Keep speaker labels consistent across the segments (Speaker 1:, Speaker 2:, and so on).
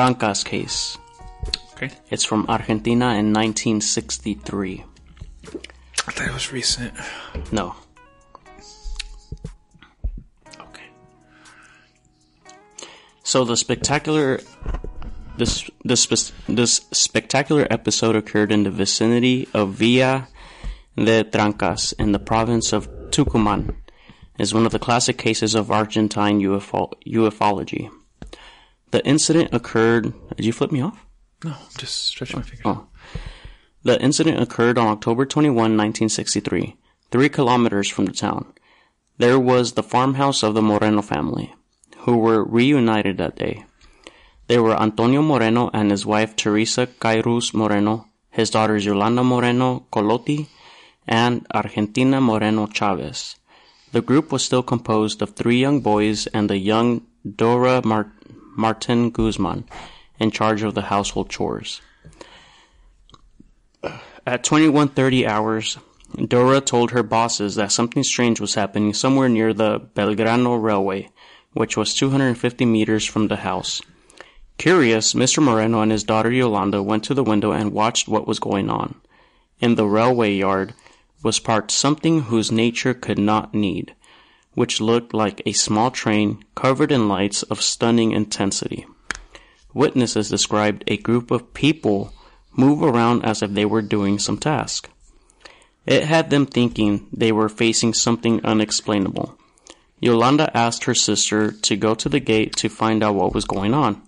Speaker 1: Ranca's case.
Speaker 2: Okay.
Speaker 1: It's from Argentina in 1963.
Speaker 2: I thought it was recent.
Speaker 1: No.
Speaker 2: Okay.
Speaker 1: So the spectacular this this spec- this spectacular episode occurred in the vicinity of Villa de Trancas in the province of Tucumán. Is one of the classic cases of Argentine UFO- ufology. The incident occurred. Did you flip me off?
Speaker 2: No, I'm just stretching my fingers.
Speaker 1: Oh. The incident occurred on October 21, 1963, three kilometers from the town. There was the farmhouse of the Moreno family, who were reunited that day. They were Antonio Moreno and his wife Teresa Cairuz Moreno, his daughters Yolanda Moreno Colotti, and Argentina Moreno Chavez. The group was still composed of three young boys and the young Dora Mar- Martin Guzman, in charge of the household chores. At 21:30 hours, Dora told her bosses that something strange was happening somewhere near the Belgrano Railway, which was 250 meters from the house. Curious, Mr. Moreno and his daughter Yolanda went to the window and watched what was going on. In the railway yard was parked something whose nature could not need, which looked like a small train covered in lights of stunning intensity. Witnesses described a group of people move around as if they were doing some task. It had them thinking they were facing something unexplainable. Yolanda asked her sister to go to the gate to find out what was going on.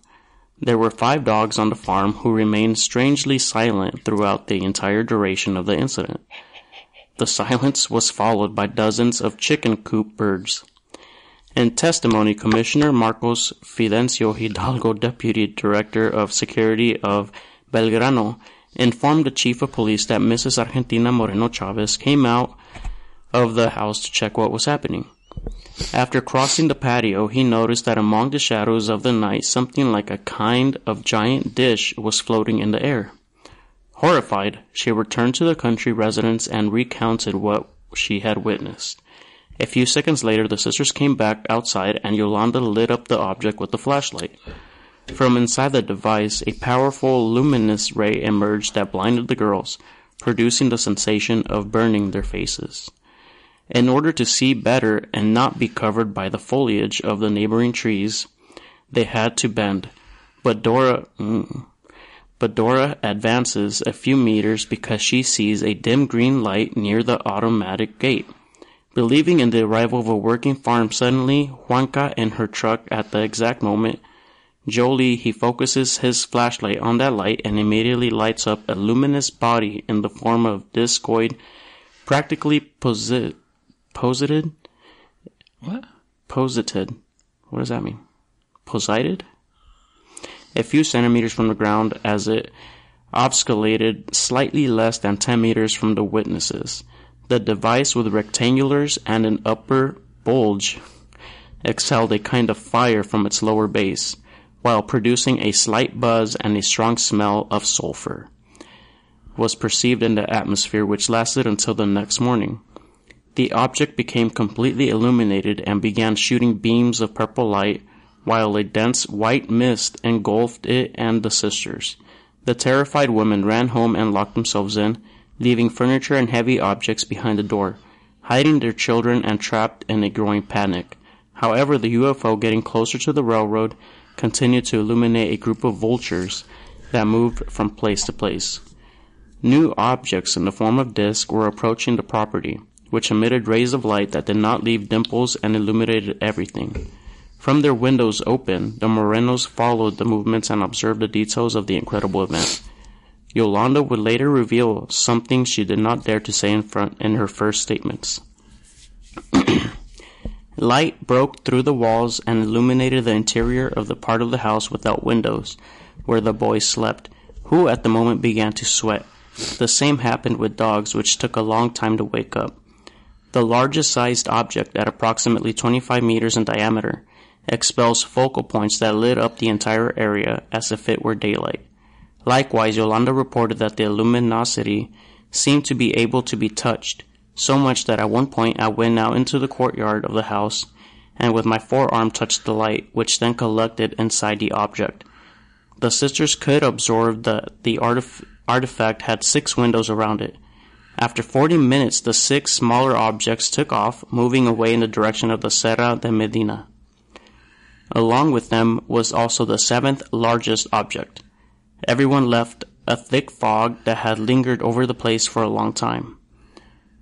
Speaker 1: There were five dogs on the farm who remained strangely silent throughout the entire duration of the incident. The silence was followed by dozens of chicken coop birds. In testimony, Commissioner Marcos Fidencio Hidalgo, Deputy Director of Security of Belgrano, informed the Chief of Police that Mrs. Argentina Moreno Chavez came out of the house to check what was happening. After crossing the patio, he noticed that among the shadows of the night, something like a kind of giant dish was floating in the air. Horrified, she returned to the country residence and recounted what she had witnessed. A few seconds later, the sisters came back outside and Yolanda lit up the object with the flashlight. From inside the device, a powerful luminous ray emerged that blinded the girls, producing the sensation of burning their faces. In order to see better and not be covered by the foliage of the neighboring trees, they had to bend. But Dora, mm, but Dora advances a few meters because she sees a dim green light near the automatic gate. Believing in the arrival of a working farm, suddenly Juanca in her truck at the exact moment, Jolie he focuses his flashlight on that light and immediately lights up a luminous body in the form of discoid, practically posi- posited,
Speaker 2: What?
Speaker 1: posited. What does that mean? Posited? A few centimeters from the ground as it obsculated slightly less than 10 meters from the witnesses. The device with rectangulars and an upper bulge exhaled a kind of fire from its lower base, while producing a slight buzz and a strong smell of sulfur. Was perceived in the atmosphere, which lasted until the next morning. The object became completely illuminated and began shooting beams of purple light, while a dense white mist engulfed it and the sisters. The terrified women ran home and locked themselves in, leaving furniture and heavy objects behind the door, hiding their children and trapped in a growing panic. However, the UFO getting closer to the railroad continued to illuminate a group of vultures that moved from place to place. New objects in the form of discs were approaching the property, which emitted rays of light that did not leave dimples and illuminated everything. From their windows open, the Morenos followed the movements and observed the details of the incredible event. Yolanda would later reveal something she did not dare to say in front in her first statements. Light broke through the walls and illuminated the interior of the part of the house without windows, where the boys slept, who at the moment began to sweat. The same happened with dogs, which took a long time to wake up. The largest sized object, at approximately 25 meters in diameter, expels focal points that lit up the entire area as if it were daylight. Likewise, Yolanda reported that the luminosity seemed to be able to be touched, so much that at one point I went out into the courtyard of the house and with my forearm touched the light, which then collected inside the object. The sisters could observe that the artif- artifact had six windows around it. After 40 minutes, the six smaller objects took off, moving away in the direction of the Serra de Medina. Along with them was also the seventh largest object. Everyone left a thick fog that had lingered over the place for a long time.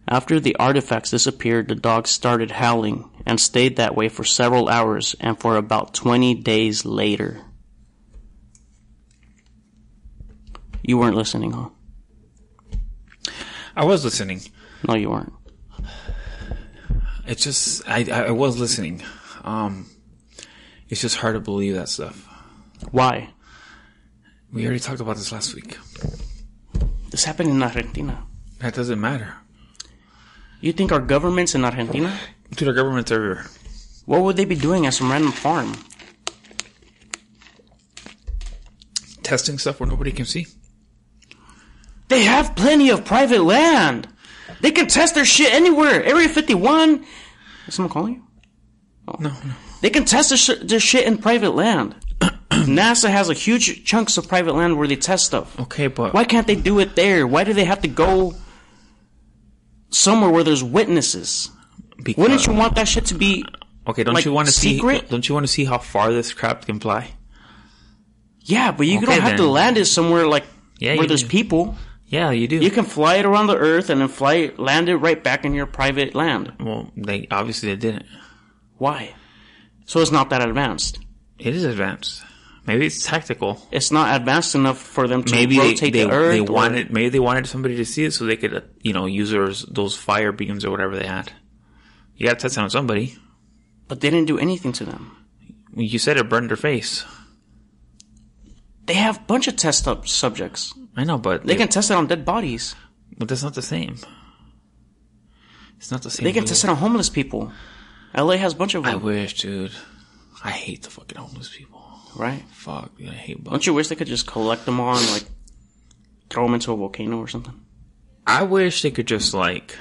Speaker 1: After the artifacts disappeared, the dogs started howling and stayed that way for several hours and for about 20 days later. You weren't listening, huh?
Speaker 2: I was listening.
Speaker 1: No, you weren't.
Speaker 2: It's just I I I was listening. Um, it's just hard to believe that stuff.
Speaker 1: Why?
Speaker 2: We already talked about this last week.
Speaker 1: This happened in Argentina.
Speaker 2: That doesn't matter.
Speaker 1: You think our government's in Argentina?
Speaker 2: Dude, our government's everywhere.
Speaker 1: What would they be doing at some random farm?
Speaker 2: Testing stuff where nobody can see.
Speaker 1: They have plenty of private land. They can test their shit anywhere. Area 51. Is someone calling you?
Speaker 2: No, no.
Speaker 1: They can test their, sh- their shit in private land. NASA has a huge chunks of private land where they test stuff.
Speaker 2: Okay, but
Speaker 1: Why can't they do it there? Why do they have to go somewhere where there's witnesses?
Speaker 2: because,
Speaker 1: Wouldn't you want that shit to be?
Speaker 2: Okay, don't
Speaker 1: like,
Speaker 2: you want to see?
Speaker 1: secret?
Speaker 2: Don't you want to see how far this crap can fly?
Speaker 1: Yeah, but you
Speaker 2: Okay,
Speaker 1: don't have to
Speaker 2: then.
Speaker 1: land it somewhere like
Speaker 2: Yeah,
Speaker 1: where
Speaker 2: you
Speaker 1: there's
Speaker 2: do.
Speaker 1: people.
Speaker 2: Yeah, you do.
Speaker 1: You can fly it around the Earth and then fly it, land it right back in your private land.
Speaker 2: well, they obviously they didn't.
Speaker 1: Why? So it's not that advanced.
Speaker 2: It is advanced. Maybe it's tactical.
Speaker 1: It's not advanced enough for them to
Speaker 2: Maybe they,
Speaker 1: rotate
Speaker 2: they,
Speaker 1: the Earth.
Speaker 2: they
Speaker 1: or-
Speaker 2: wanted maybe they wanted somebody to see it so they could uh, you know use those, those fire beams or whatever they had. You got to test it on somebody.
Speaker 1: but they didn't do anything to them.
Speaker 2: You said it burned their face.
Speaker 1: They have a bunch of test up subjects.
Speaker 2: I know, but
Speaker 1: They
Speaker 2: they
Speaker 1: can test it on dead bodies.
Speaker 2: but that's not the same. It's not the same.
Speaker 1: They can
Speaker 2: dude.
Speaker 1: test it on homeless people. LA has a bunch of
Speaker 2: I
Speaker 1: them,
Speaker 2: wish, dude. I hate the fucking homeless people.
Speaker 1: right?
Speaker 2: Fuck, dude, I hate. Bugs.
Speaker 1: Don't you wish they could just collect them all and like throw them into a volcano or something?
Speaker 2: I wish they could just like.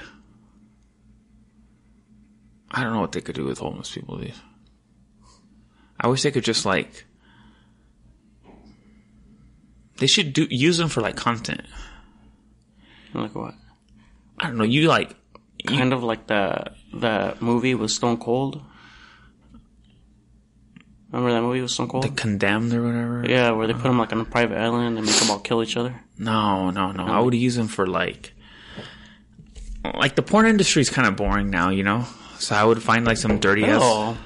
Speaker 2: I don't know what they could do with homeless people, dude. I wish they could just like. They should do use them for like content.
Speaker 1: Like what?
Speaker 2: I don't know. You like
Speaker 1: Kind of like the the movie with Stone Cold. Remember that movie with Stone Cold?
Speaker 2: the condemned or whatever.
Speaker 1: yeah, where they put them like on a private island and make them all kill each other.
Speaker 2: No, no, no. I would use them for like. Like the porn industry is kind of boring now, you know. So I would find like some dirty ass.
Speaker 1: Oh,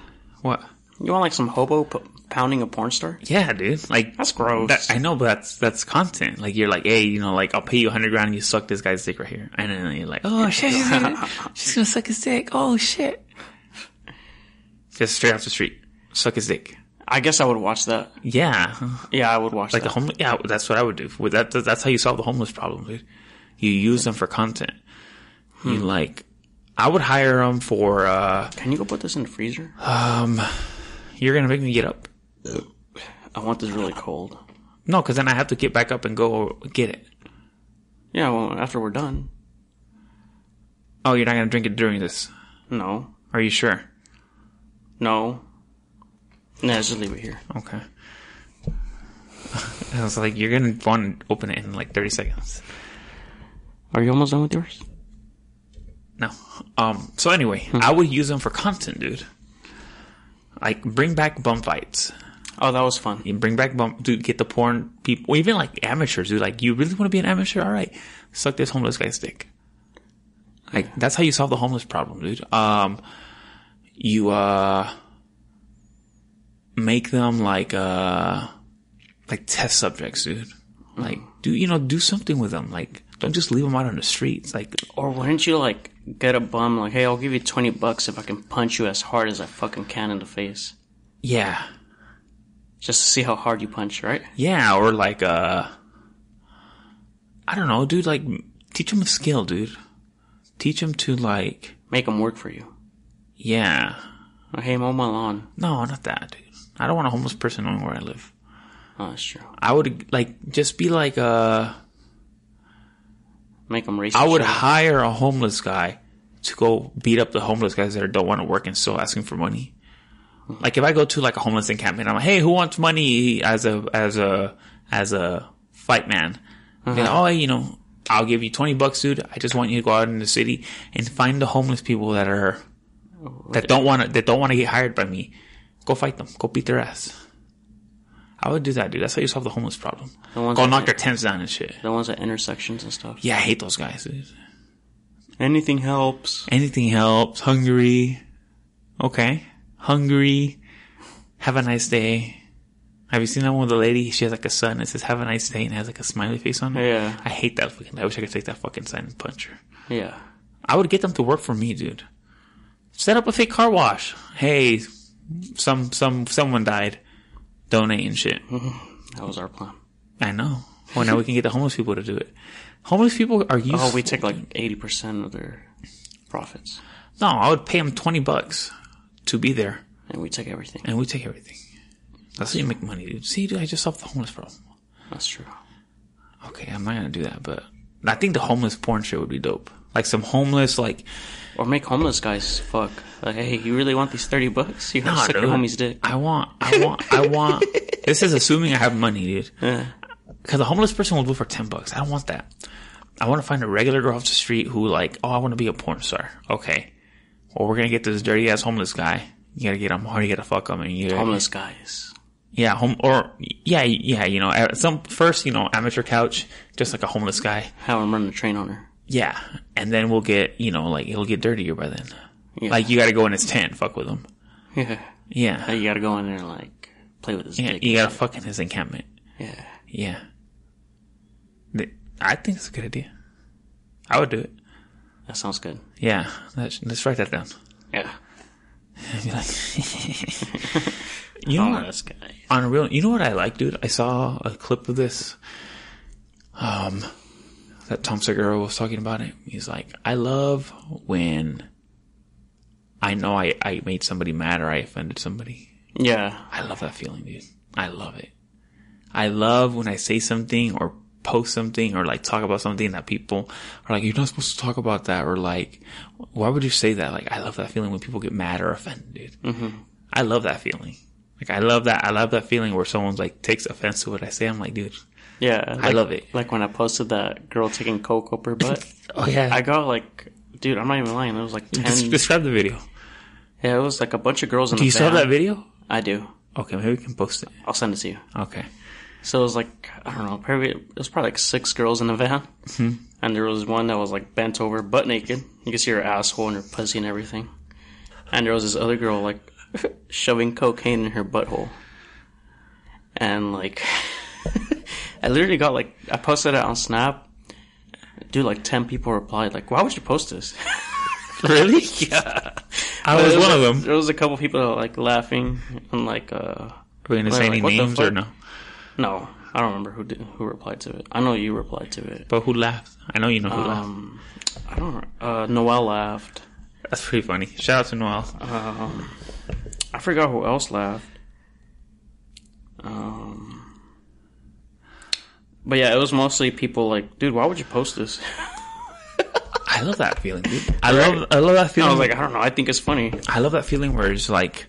Speaker 2: What?
Speaker 1: you want like some hobo p- pounding a porn star?
Speaker 2: Yeah, dude. Like
Speaker 1: That's gross.
Speaker 2: That, I know, but that's that's content. Like you're like, hey, you know, like I'll pay you hundred grand, and you suck this guy's dick right here, and then you're like, oh shit, she's gonna, she's gonna suck his dick. Oh shit, just straight off the street, suck his dick.
Speaker 1: I guess I would watch that.
Speaker 2: Yeah,
Speaker 1: Yeah, I would watch
Speaker 2: like the
Speaker 1: that.
Speaker 2: homeless. Yeah, that's what I would do. With that, that's how you solve the homeless problem, dude. You use them for content. You like, I would hire them for. uh
Speaker 1: Can you go put this in the freezer?
Speaker 2: You're gonna make me get up.
Speaker 1: I want this really cold.
Speaker 2: No, because then I have to get back up and go get it.
Speaker 1: Yeah, well, after we're done.
Speaker 2: Oh, you're not gonna drink it during this.
Speaker 1: No,
Speaker 2: Are you sure?
Speaker 1: no. Nah, just leave it here.
Speaker 2: Okay. I was like, you're gonna want to open it in like 30 seconds.
Speaker 1: Are you almost done with yours?
Speaker 2: No. Um. So anyway, I would use them for content, dude. Like bring back bump fights.
Speaker 1: Oh, that was fun.
Speaker 2: You bring back bump, dude. Get the porn people, even like amateurs, dude. Like you really want to be an amateur? All right, suck this homeless guy's dick. Like that's how you solve the homeless problem, dude. Um, you uh, make them like uh, like test subjects, dude. Like do you know do something with them? Like don't just leave them out on the streets. Like
Speaker 1: Or wouldn't you like get a bum like, hey, I'll give you twenty bucks if I can punch you as hard as I fucking can in the face,
Speaker 2: yeah,
Speaker 1: just to see how hard you punch, right?
Speaker 2: yeah, or like uh, I don't know, dude. Like teach them a skill, dude. Teach them to like.
Speaker 1: Make them work for you.
Speaker 2: Yeah.
Speaker 1: Or, hey, mow my lawn.
Speaker 2: No, not that, dude. I don't want a homeless person knowing where I live.
Speaker 1: Oh, that's true.
Speaker 2: I would like just be like uh
Speaker 1: Make them race.
Speaker 2: I
Speaker 1: each
Speaker 2: would
Speaker 1: other.
Speaker 2: hire a homeless guy to go beat up the homeless guys that don't want to work and still asking for money. Like if I go to like a homeless encampment, I'm like, hey, who wants money as a as a as a fight man? They're like, oh, you know, I'll give you twenty bucks, dude. I just want you to go out in the city and find the homeless people that are that don't want to that don't want to get hired by me. Go fight them. Go beat their ass. I would do that, dude. That's how you solve the homeless problem.
Speaker 1: The ones
Speaker 2: Go
Speaker 1: that-
Speaker 2: knock their tents down and shit.
Speaker 1: The ones at intersections and stuff.
Speaker 2: Yeah, I hate those guys. Dude.
Speaker 1: Anything helps.
Speaker 2: Anything helps. Hungry. Okay. Hungry. Have a nice day. Have you seen that one with the lady? She has like a son. It says, have a nice day and it has like a smiley face on it.
Speaker 1: Yeah.
Speaker 2: I hate that fucking, I wish I could take that fucking sign and punch her.
Speaker 1: Yeah.
Speaker 2: I would get them to work for me, dude. Set up a fake car wash. Hey, some, some, someone died. Donate and shit.
Speaker 1: That was our plan.
Speaker 2: I know. Well, now we can get the homeless people to do it. Homeless people are useful.
Speaker 1: Oh, we take like 80% of their profits.
Speaker 2: No, I would pay them 20 bucks to be there.
Speaker 1: And we take everything.
Speaker 2: and we take everything. That's how you make money, dude. See, dude, I just solved the homeless problem.
Speaker 1: That's true.
Speaker 2: Okay, I'm not gonna do that, but I think the homeless porn shit would be dope. Like some homeless, like
Speaker 1: Or make homeless guys fuck. Like, hey, you really want these 30 bucks? You gotta
Speaker 2: nah,
Speaker 1: suck
Speaker 2: dude.
Speaker 1: your homie's dick.
Speaker 2: I want, I want, I want. this is assuming I have money, dude. Because a homeless person will do it for ten bucks. I don't want that. I want to find a regular girl off the street who, like, oh, I want to be a porn star. Okay, well, we're gonna get this dirty ass homeless guy. You gotta get him hard. You gotta fuck him, and you gotta,
Speaker 1: Homeless guys.
Speaker 2: Yeah, home or yeah, yeah, you know, at some first, you know, amateur couch, just like a homeless guy.
Speaker 1: Have him run a train on her.
Speaker 2: Yeah, and then we'll get, you know, like it'll get dirtier by then.
Speaker 1: Yeah.
Speaker 2: Like you got to go in his tent, fuck with him.
Speaker 1: yeah.
Speaker 2: Yeah,
Speaker 1: You gotta go in there and like play with his
Speaker 2: yeah,
Speaker 1: dick.
Speaker 2: you got to fuck in his encampment.
Speaker 1: Yeah.
Speaker 2: Yeah, Th- I think it's a good idea. I would do it.
Speaker 1: That sounds good.
Speaker 2: Yeah, let's, let's write that down.
Speaker 1: Yeah.
Speaker 2: Be like- you know, what?
Speaker 1: Homeless guys.
Speaker 2: on a real, you know what I like, dude? I saw a clip of this. Um, that Tom Segura was talking about it. He's like, I love when I know I, I made somebody mad or I offended somebody.
Speaker 1: Yeah.
Speaker 2: I love that feeling, dude. I love it. I love when I say something or post something or like talk about something that people are like, you're not supposed to talk about that or like, why would you say that? Like, I love that feeling when people get mad or offended, dude. I love that feeling. Like, I love that. I love that feeling where someone's like takes offense to what I say. I'm like, dude,
Speaker 1: Yeah.
Speaker 2: I love it.
Speaker 1: Like when I posted that girl taking coke up her butt,
Speaker 2: Oh yeah.
Speaker 1: I got like, dude, I'm not even lying. There was like
Speaker 2: Des-
Speaker 1: ten.
Speaker 2: describe the video.
Speaker 1: Yeah, it was like a bunch of girls in
Speaker 2: Do
Speaker 1: the
Speaker 2: you still have that
Speaker 1: van.
Speaker 2: video?
Speaker 1: I do.
Speaker 2: Okay, maybe we can post it.
Speaker 1: I'll send it to you.
Speaker 2: Okay.
Speaker 1: So it was like I don't know, probably it was probably like six girls in the van,
Speaker 2: Mm-hmm.
Speaker 1: and there was one that was like bent over, butt naked. You could see her asshole and her pussy and everything. And there was this other girl like shoving cocaine in her butthole, and like I literally got like I posted it on Snap. Dude, like ten people replied like, "Why would you post this?"
Speaker 2: Really? yeah. I was
Speaker 1: There
Speaker 2: one of
Speaker 1: a-
Speaker 2: them.
Speaker 1: There was a couple people that were like laughing and like uh
Speaker 2: Are we gonna say
Speaker 1: like,
Speaker 2: any
Speaker 1: what the
Speaker 2: names or
Speaker 1: fuck?
Speaker 2: no?
Speaker 1: no, I don't remember who did, who replied to it. I know you replied to it.
Speaker 2: But who laughed? I know you know who laughed.
Speaker 1: Um, I don't. know. Uh, Noel laughed.
Speaker 2: That's pretty funny. Shout out to Noel.
Speaker 1: I forgot who else laughed. Um, but yeah, it was mostly people like, dude, why would you post this?
Speaker 2: I love that feeling, dude. I love I love that feeling.
Speaker 1: I was like, I don't know. I think it's funny.
Speaker 2: I love that feeling where it's like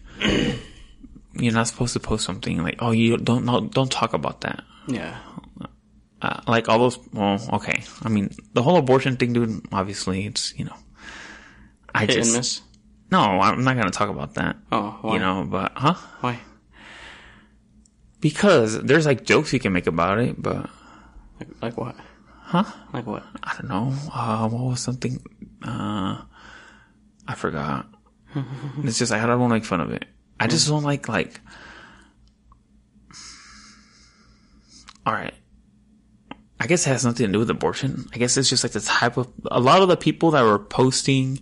Speaker 2: you're not supposed to post something like, oh, you don't no, don't talk about that.
Speaker 1: Yeah,
Speaker 2: Uh, like all those. Well, okay. I mean, the whole abortion thing, dude. Obviously, it's you know. I
Speaker 1: hit and
Speaker 2: just
Speaker 1: miss.
Speaker 2: no. I'm not gonna talk about that.
Speaker 1: Oh, why?
Speaker 2: You know, but huh?
Speaker 1: why?
Speaker 2: Because there's like jokes you can make about it, but
Speaker 1: Like, like what?
Speaker 2: huh?
Speaker 1: Like what?
Speaker 2: I don't know. Uh, what was something? Uh, I forgot. it's just I don't want to make fun of it. I just don't like like. All right. I guess it has nothing to do with abortion. I guess it's just like the type of a lot of the people that were posting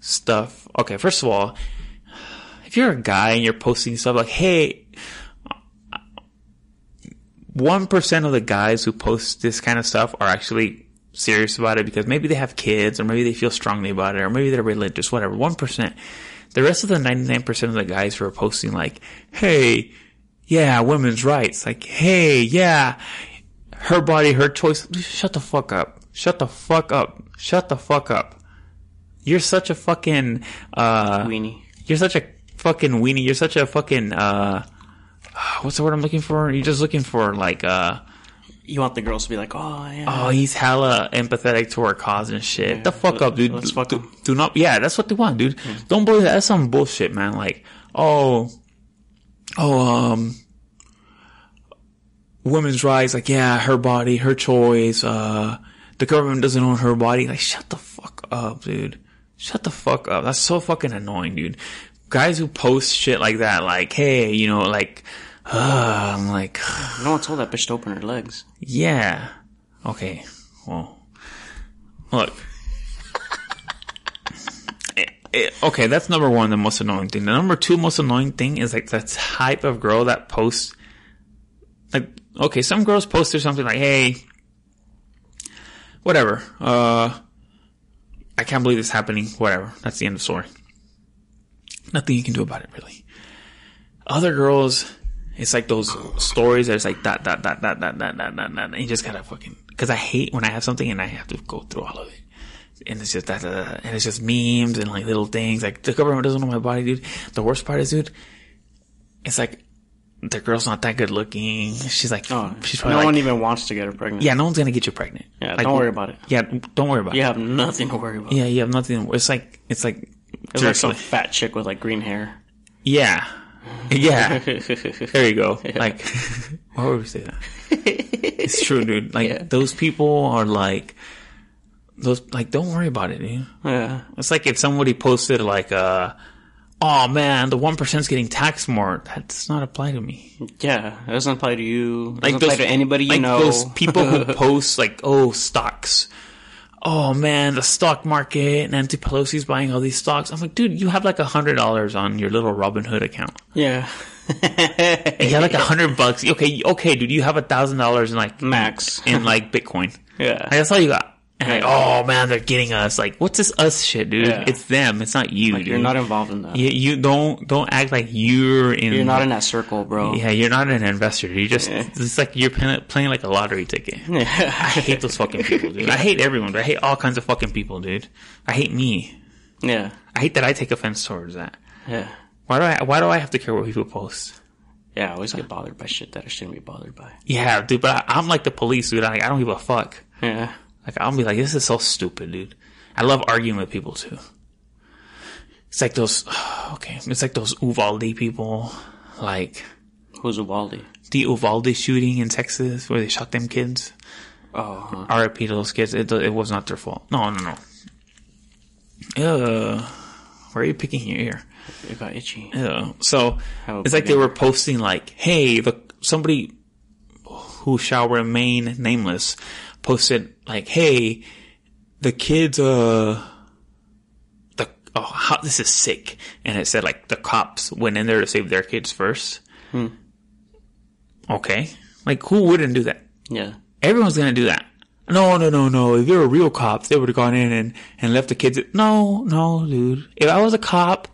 Speaker 2: stuff. Okay, first of all, if you're a guy and you're posting stuff like, "Hey," one percent of the guys who post this kind of stuff are actually serious about it because maybe they have kids or maybe they feel strongly about it or maybe they're religious, whatever. One percent. The rest of the ninety-nine percent of the guys who are posting like, "Hey, yeah, women's rights," like, "Hey, yeah, her body, her choice." Shut the fuck up. Shut the fuck up. Shut the fuck up. You're such a fucking uh,
Speaker 1: Weenie.
Speaker 2: you're such a fucking weenie. You're such a fucking uh, what's the word I'm looking for? You're just looking for like uh,
Speaker 1: You want the girls to be like, oh yeah.
Speaker 2: oh, he's hella empathetic to our cause and shit. the fuck up, dude.
Speaker 1: let's fuck
Speaker 2: do,
Speaker 1: him. Hmm.
Speaker 2: do not. Yeah, that's what they want, dude. Don't believe that. That's some bullshit, man. Like, oh, oh, um, women's rights. Like, yeah, her body, her choice. Uh, the government doesn't own her body. Like, shut the fuck up, dude. Shut the fuck up. That's so fucking annoying, dude. Guys who post shit like that, like, hey, you know, like, uh, I'm like.
Speaker 1: Oh, no one told that bitch to open her legs.
Speaker 2: Yeah. Okay. Well, look. Eh, eh, okay, that's number one, the most annoying thing. The number two most annoying thing is like that type of girl that posts. Like, okay, some girls post or something like, "Hey, whatever. Uh, I can't believe this is happening. Whatever. That's the end of story. Nothing you can do about it, really. Other girls, it's like those stories that it's like dot dot dot dot dot dot dot dot. dot. And you just gotta fucking because I hate when I have something and I have to go through all of it. And it's just that, that, that, and it's just memes and like little things. Like the government doesn't know my body, dude. The worst part is, dude, it's like the girl's not that good looking. She's like,
Speaker 1: Oh,
Speaker 2: she's
Speaker 1: no
Speaker 2: probably
Speaker 1: one
Speaker 2: like,
Speaker 1: even wants to get her pregnant.
Speaker 2: yeah, no one's gonna get you pregnant.
Speaker 1: Yeah,
Speaker 2: Like,
Speaker 1: don't worry about it.
Speaker 2: Yeah, don't worry about it.
Speaker 1: You have nothing to worry about.
Speaker 2: Yeah, you have nothing. It's like it's like
Speaker 1: It's like
Speaker 2: seriously.
Speaker 1: some fat chick with like green hair.
Speaker 2: yeah, yeah. There you go. Like, why would we say that? It's true, dude. Like those people are like those. Like, don't worry about it, dude.
Speaker 1: yeah.
Speaker 2: It's like if somebody posted like, uh, "Oh man, the one percent's getting taxed more." That does not apply to me.
Speaker 1: Yeah, it doesn't apply to you. It doesn't apply to anybody you
Speaker 2: like
Speaker 1: know.
Speaker 2: Those people who post like, oh, stocks. Oh man, the stock market and Nancy Pelosi's buying all these stocks. I'm like, dude, you have like a hundred dollars on your little Robinhood account.
Speaker 1: yeah,
Speaker 2: And you have like a hundred bucks. Okay, okay, dude, you have a thousand dollars in like
Speaker 1: Max.
Speaker 2: in like Bitcoin. Like,
Speaker 1: Yeah,
Speaker 2: that's all you got. And like,
Speaker 1: Yeah.
Speaker 2: oh man, they're getting us. Like, what's this us shit, dude?
Speaker 1: Yeah.
Speaker 2: It's them. It's not you, dude.
Speaker 1: you're not involved in that.
Speaker 2: you, you don't don't act like you're in.
Speaker 1: You're not in that circle, bro.
Speaker 2: Yeah, you're not an investor. You just it's like you're playing, playing like a lottery ticket. I hate those fucking people, dude. I hate everyone. But I hate all kinds of fucking people, dude. I hate me.
Speaker 1: yeah,
Speaker 2: I hate that I take offense towards that.
Speaker 1: yeah,
Speaker 2: Why do I? Why do I have to care what people post?
Speaker 1: yeah. I always get bothered by shit that I shouldn't be bothered by.
Speaker 2: Yeah, dude. But I, I'm like the police, dude. I, I don't give a fuck.
Speaker 1: Yeah,
Speaker 2: Like I'll be like, this is so stupid, dude. I love arguing with people too. It's like those. Okay, it's like those Uvalde people, like
Speaker 1: who's Ubaldi?
Speaker 2: the Uvalde shooting in Texas where they shot them kids.
Speaker 1: Oh, huh.
Speaker 2: RIP to those kids. It, it was not their fault. No, no, no. Uh, where are you picking your ear?
Speaker 1: it got itchy.
Speaker 2: Yeah. So
Speaker 1: How
Speaker 2: it's like they
Speaker 1: big-
Speaker 2: were posting like, "Hey, the somebody who shall remain nameless posted like, "Hey, the kids uh the oh, how, this is sick." And it said like the cops went in there to save their kids first. Okay. Like who wouldn't do that?
Speaker 1: Yeah,
Speaker 2: Everyone's gonna do that. No, no, no, no. If they were real cops, they would have gone in and, and left the kids. No, no, dude. If I was a cop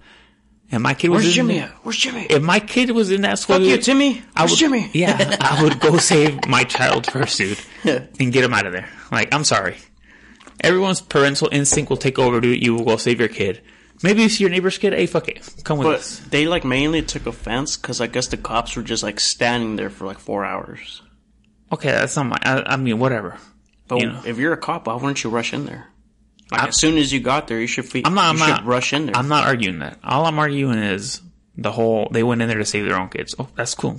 Speaker 2: and my kid was
Speaker 1: where's
Speaker 2: in
Speaker 1: Jimmy? At? Where's Jimmy?
Speaker 2: if my kid was in that school,
Speaker 1: Fuck you, Timmy.
Speaker 2: I
Speaker 1: Where's
Speaker 2: would,
Speaker 1: Jimmy?
Speaker 2: yeah, I would go save my child first, dude, and get him out of there. Like, I'm sorry. Everyone's parental instinct will take over, dude. You will go save your kid. Maybe it's your neighbor's kid. Hey, fuck it. Come with us.
Speaker 1: But they like mainly took offense because I guess the cops were just like standing there for like four hours.
Speaker 2: Okay, that's not my. I, I mean, whatever.
Speaker 1: But
Speaker 2: Yeah.
Speaker 1: if you're a cop, why wouldn't you rush in there? Like,
Speaker 2: I'm-
Speaker 1: as soon as you got there, you should. Fe-
Speaker 2: I'm not. I'm
Speaker 1: you
Speaker 2: not
Speaker 1: should rush in there.
Speaker 2: I'm not arguing that. All I'm arguing is the whole. They went in there to save their own kids. Oh, that's cool.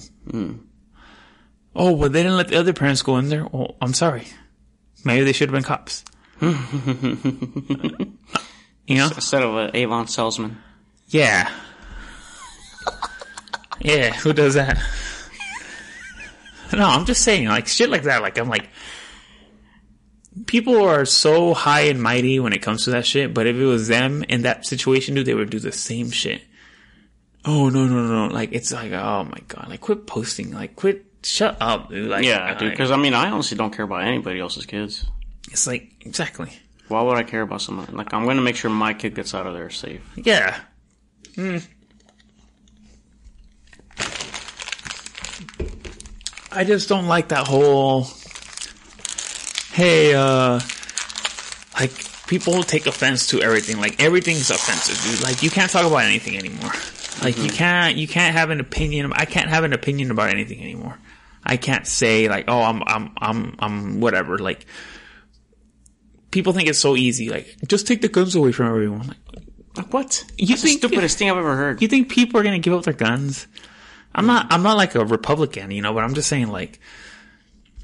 Speaker 2: Oh, but they didn't let the other parents go in there. Oh, I'm sorry. Maybe they should have been cops. you know?
Speaker 1: Instead of an Avon salesman.
Speaker 2: Yeah. Yeah, who does that? No, I'm just saying, like, shit like that. Like, I'm like, people are so high and mighty when it comes to that shit, but if it was them in that situation, dude, they would do the same shit. Oh, no, no, no. no. Like, it's like, oh my god. Like, quit posting. Like, quit. Shut up, dude. Like,
Speaker 1: Yeah, dude.
Speaker 2: like,
Speaker 1: Because I mean, I honestly don't care about anybody else's kids.
Speaker 2: it's like, exactly.
Speaker 1: Why would I care about someone? Like, I'm gonna make sure my kid gets out of there safe.
Speaker 2: Yeah. Hmm. I just don't like that whole hey, uh like people take offense to everything. Like everything's offensive, dude. Like you can't talk about anything anymore. Like you can't you can't have an opinion. I can't have an opinion about anything anymore. I can't say like, oh, I'm I'm I'm I'm whatever. Like people think it's so easy. Like just take the guns away from everyone. Like,
Speaker 1: What?
Speaker 2: You
Speaker 1: That's
Speaker 2: think-
Speaker 1: the stupidest thing I've ever heard.
Speaker 2: you think people are gonna give up their guns? I'm not. I'm not like a Republican, you know. But I'm just saying, like,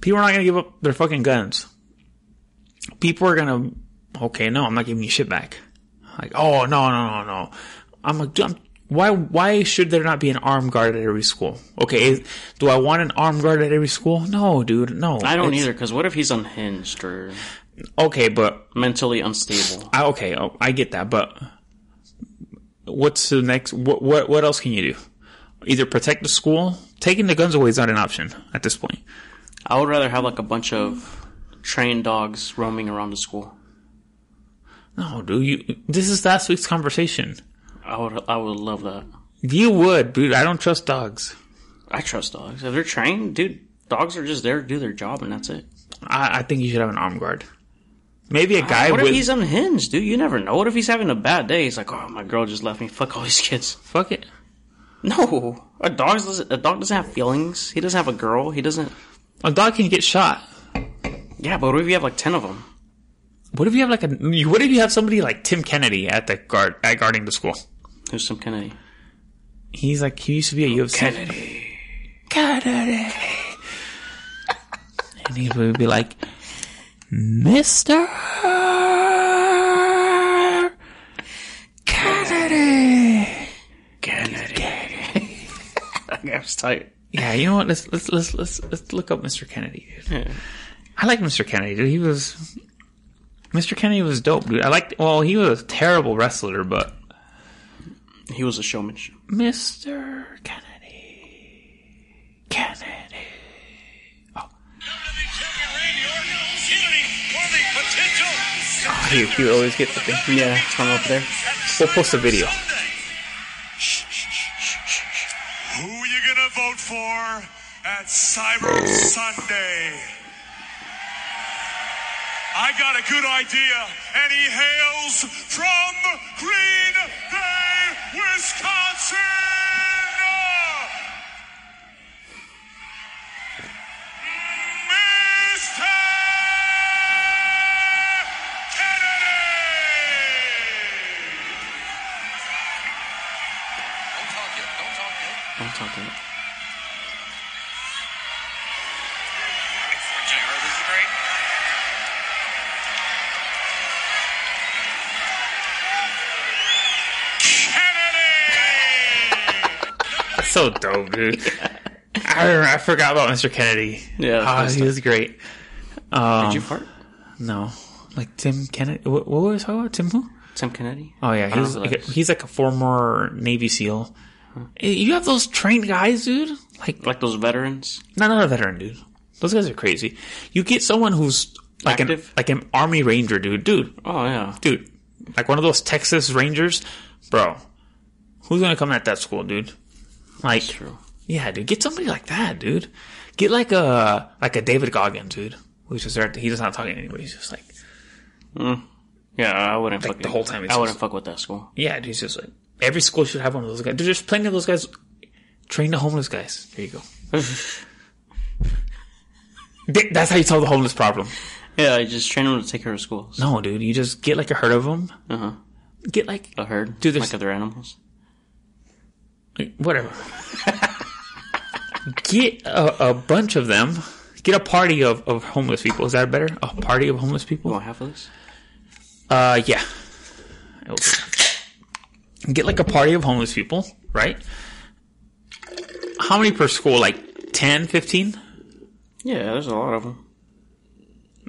Speaker 2: people are not gonna give up their fucking guns. People are gonna. Okay, no, I'm not giving you shit back. Like, oh no, no, no, no. I'm like, I'm, why? Why should there not be an armed guard at every school? Okay, is, do I want an armed guard at every school? No, dude, no.
Speaker 1: I don't
Speaker 2: It's-
Speaker 1: either, because what if he's unhinged or
Speaker 2: Okay, but
Speaker 1: mentally unstable?
Speaker 2: I, okay, oh, I get that, but what's the next? What what what else can you do? Either protect the school, taking the guns away is not an option at this point.
Speaker 1: I would rather have like a bunch of trained dogs roaming around the school.
Speaker 2: No, dude, you. This is last week's conversation.
Speaker 1: I would, I would love that.
Speaker 2: You would, dude. I don't trust dogs.
Speaker 1: I trust dogs. If they're trained, dude, dogs are just there to do their job and that's it.
Speaker 2: I, I think you should have an armed guard. Maybe a guy
Speaker 1: Uh, what
Speaker 2: with
Speaker 1: if he's unhinged, dude? You never know. What if he's having a bad day? He's like, oh, my girl just left me. Fuck all these kids.
Speaker 2: fuck it.
Speaker 1: No, a dog doesn't. A dog doesn't have feelings. He doesn't have a girl. He doesn't.
Speaker 2: A dog can get shot.
Speaker 1: Yeah, but what if you have like ten of them?
Speaker 2: What if you have like a? you- What if you have somebody like Tim Kennedy at the guard at guarding the school?
Speaker 1: Who's some Kennedy?
Speaker 2: He's like he used to be a UFC.
Speaker 1: Kennedy.
Speaker 2: Kennedy. and he would be like, Mr. Kennedy.
Speaker 1: Kennedy. I was tight.
Speaker 2: Yeah, you know what? Let's let's let's let's, let's look up Mr. Kennedy, dude.
Speaker 1: Yeah.
Speaker 2: I like Mr. Kennedy, dude. He was Mr. Kennedy was dope, dude. I liked well, he was a terrible wrestler, but
Speaker 1: He was a showman.
Speaker 2: Mr. Kennedy. Kennedy. Oh, he, he would always gets the thing.
Speaker 1: Yeah, from up there.
Speaker 2: We'll post a video.
Speaker 3: Who are you gonna vote for at Cyber Sunday? I got a good idea, and he hails from Green Bay, Wisconsin. Mr. Kennedy.
Speaker 4: Don't talk yet. Don't talk yet.
Speaker 1: I'm talking.
Speaker 4: Jr. This is great.
Speaker 3: Kennedy.
Speaker 2: So dope, dude. I, I forgot about Mr. Kennedy.
Speaker 1: Yeah, that's
Speaker 2: Ah,
Speaker 1: messed
Speaker 2: he
Speaker 1: up.
Speaker 2: was great. Um,
Speaker 1: Did you fart?
Speaker 2: No, like Tim Kennedy. What, what was I talking about? Tim who?
Speaker 1: Tim Kennedy.
Speaker 2: Oh yeah,
Speaker 1: don't
Speaker 2: he's
Speaker 1: know
Speaker 2: like
Speaker 1: who
Speaker 2: a,
Speaker 1: that is.
Speaker 2: he's like a former Navy SEAL. Eh, You have those trained guys, dude. Like
Speaker 1: Like those veterans.
Speaker 2: not not a veteran, dude. Those guys are crazy. You get someone who's like an
Speaker 1: Active?
Speaker 2: like an Army Ranger, dude. Dude,
Speaker 1: Oh yeah.
Speaker 2: dude, like one of those Texas Rangers, bro. Who's gonna come at that school, dude? Like,
Speaker 1: True.
Speaker 2: yeah, dude, get somebody like that, dude. Get like a like a David Goggins, dude, who's just there. He's not talking to anybody. He's just like,
Speaker 1: Yeah, I wouldn't.
Speaker 2: Like,
Speaker 1: fuck
Speaker 2: the whole time it's
Speaker 1: I wouldn't
Speaker 2: just-
Speaker 1: fuck with that school.
Speaker 2: yeah, dude, he's just like every school should have one of those guys. Dude, there's plenty of those guys. Train the homeless guys. There you go. Th- That's how you solve the homeless problem.
Speaker 1: Yeah, I just train them to take care of schools.
Speaker 2: No, dude, you just get like a herd of them.
Speaker 1: Uh huh.
Speaker 2: Get like
Speaker 1: A herd.
Speaker 2: Dude, there's-
Speaker 1: like other animals.
Speaker 2: whatever. get a, a bunch of them. Get a party of, of homeless people. Is that better? A party of homeless
Speaker 1: You
Speaker 2: people?
Speaker 1: want half of this?
Speaker 2: Uh, yeah. Get like a party of homeless people, right? How many per school? Like 10, 15?
Speaker 1: Yeah, there's a lot of them.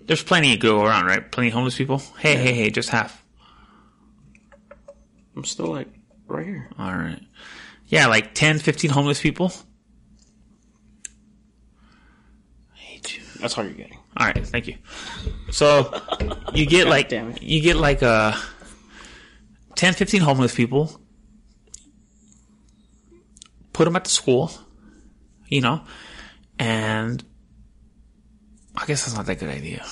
Speaker 2: There's plenty to go around, right? Plenty of homeless people. Hey, hey, hey, just half.
Speaker 1: I'm still like right here.
Speaker 2: All right. Yeah, like 10, 15 homeless people. I hate you.
Speaker 1: That's all you're getting.
Speaker 2: All right, thank you. So you get like
Speaker 1: damn it.
Speaker 2: you get like uh 10 15 homeless people put them at the school, you know, and I guess that's not that good idea.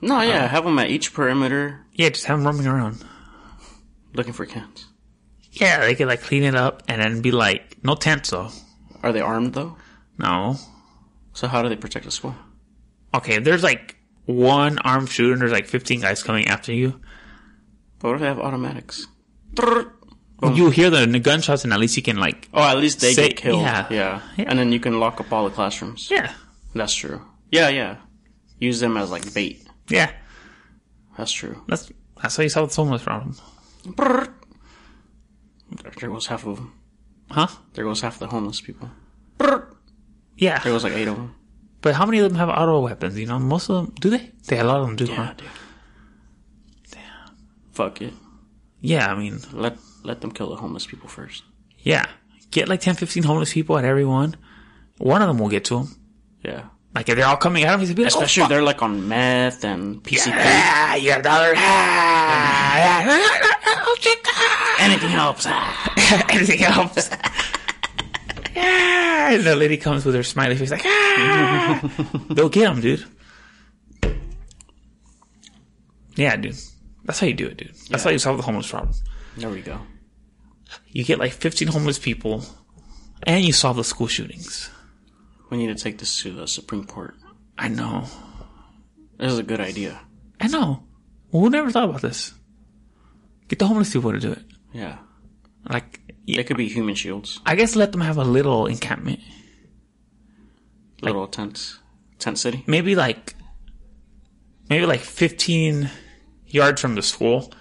Speaker 1: No, yeah, have them at each perimeter
Speaker 2: Yeah, just have them roaming around.
Speaker 1: looking for cats.
Speaker 2: Yeah, they could like clean it up and then be like, no tents though.
Speaker 1: Are they armed though?
Speaker 2: No.
Speaker 1: So how do they protect the school?
Speaker 2: Okay, if there's like one armed shooter and there's like 15 guys coming after you.
Speaker 1: But what if they have automatics?
Speaker 2: You hear the gunshots and at least you can like,
Speaker 1: Oh, at least they
Speaker 2: Say-
Speaker 1: get killed.
Speaker 2: yeah. Yeah.
Speaker 1: And then you can lock up all the classrooms.
Speaker 2: yeah,
Speaker 1: That's true. Yeah, yeah. Use them as like bait.
Speaker 2: yeah.
Speaker 1: That's true.
Speaker 2: That's, that's how you solve the homeless problem.
Speaker 1: There goes half of them.
Speaker 2: Huh?
Speaker 1: There goes half the homeless people. There
Speaker 2: Yeah.
Speaker 1: goes like eight of them.
Speaker 2: But how many of them have auto weapons? You know, most of them, do they? They, a lot of them do,
Speaker 1: Yeah,
Speaker 2: huh?
Speaker 1: dude. Fuck it.
Speaker 2: Yeah, I mean,
Speaker 1: Let let them kill the homeless people first.
Speaker 2: yeah. Get like 10, 15 homeless people at every one. One of them will get to them.
Speaker 1: Yeah.
Speaker 2: Like if they're all coming at him, he's be like,
Speaker 1: Especially
Speaker 2: oh,
Speaker 1: if
Speaker 2: fuck.
Speaker 1: they're like on meth and PCP.
Speaker 2: Ah, you got a dollar. Ah, ah, oh, shit. Ah,
Speaker 1: Anything helps. Ah.
Speaker 2: Everything helps. yeah. And the lady comes with her smiley face, like, ah. They'll get him, dude. Yeah, dude. That's how you do it, dude. That's how you solve the homeless problem.
Speaker 1: There we go.
Speaker 2: You get like 15 homeless people, and you solve the school shootings.
Speaker 1: We need to take this to the Supreme Court.
Speaker 2: I know.
Speaker 1: This is a good idea.
Speaker 2: I know. Who never thought about this? Get the homeless people to do it.
Speaker 1: Yeah.
Speaker 2: Like,
Speaker 1: They could be human shields.
Speaker 2: I guess let them have a little encampment.
Speaker 1: Little tents. Tent city.
Speaker 2: Maybe like, maybe like 15 yards from the school.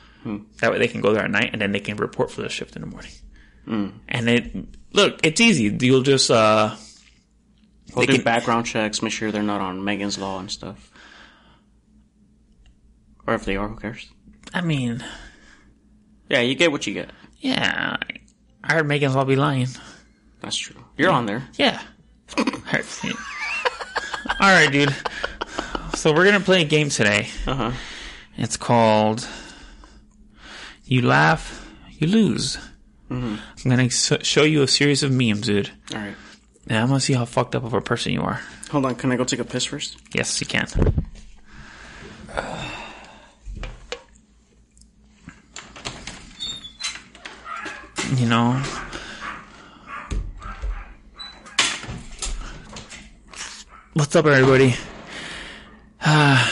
Speaker 2: That way they can go there at night and then they can report for their shift in the morning. And it, look, it's easy. You'll just, uh,
Speaker 1: We'll
Speaker 2: They
Speaker 1: do
Speaker 2: can-
Speaker 1: background checks, make sure they're not on Megan's Law and stuff. Or if they are, who cares?
Speaker 2: I mean,
Speaker 1: Yeah, you get what you get.
Speaker 2: yeah, I heard Megan's lobby lying.
Speaker 1: That's true. You're on there.
Speaker 2: Yeah. All right, dude. So we're gonna play a game today.
Speaker 1: Uh huh.
Speaker 2: It's called "You Laugh, You Lose." I'm gonna s- show you a series of memes, dude,
Speaker 1: All right.
Speaker 2: and I'm gonna see how fucked up of a person you are.
Speaker 1: Hold on. Can I go take a piss first?
Speaker 2: Yes, you can. You know. What's up, everybody? I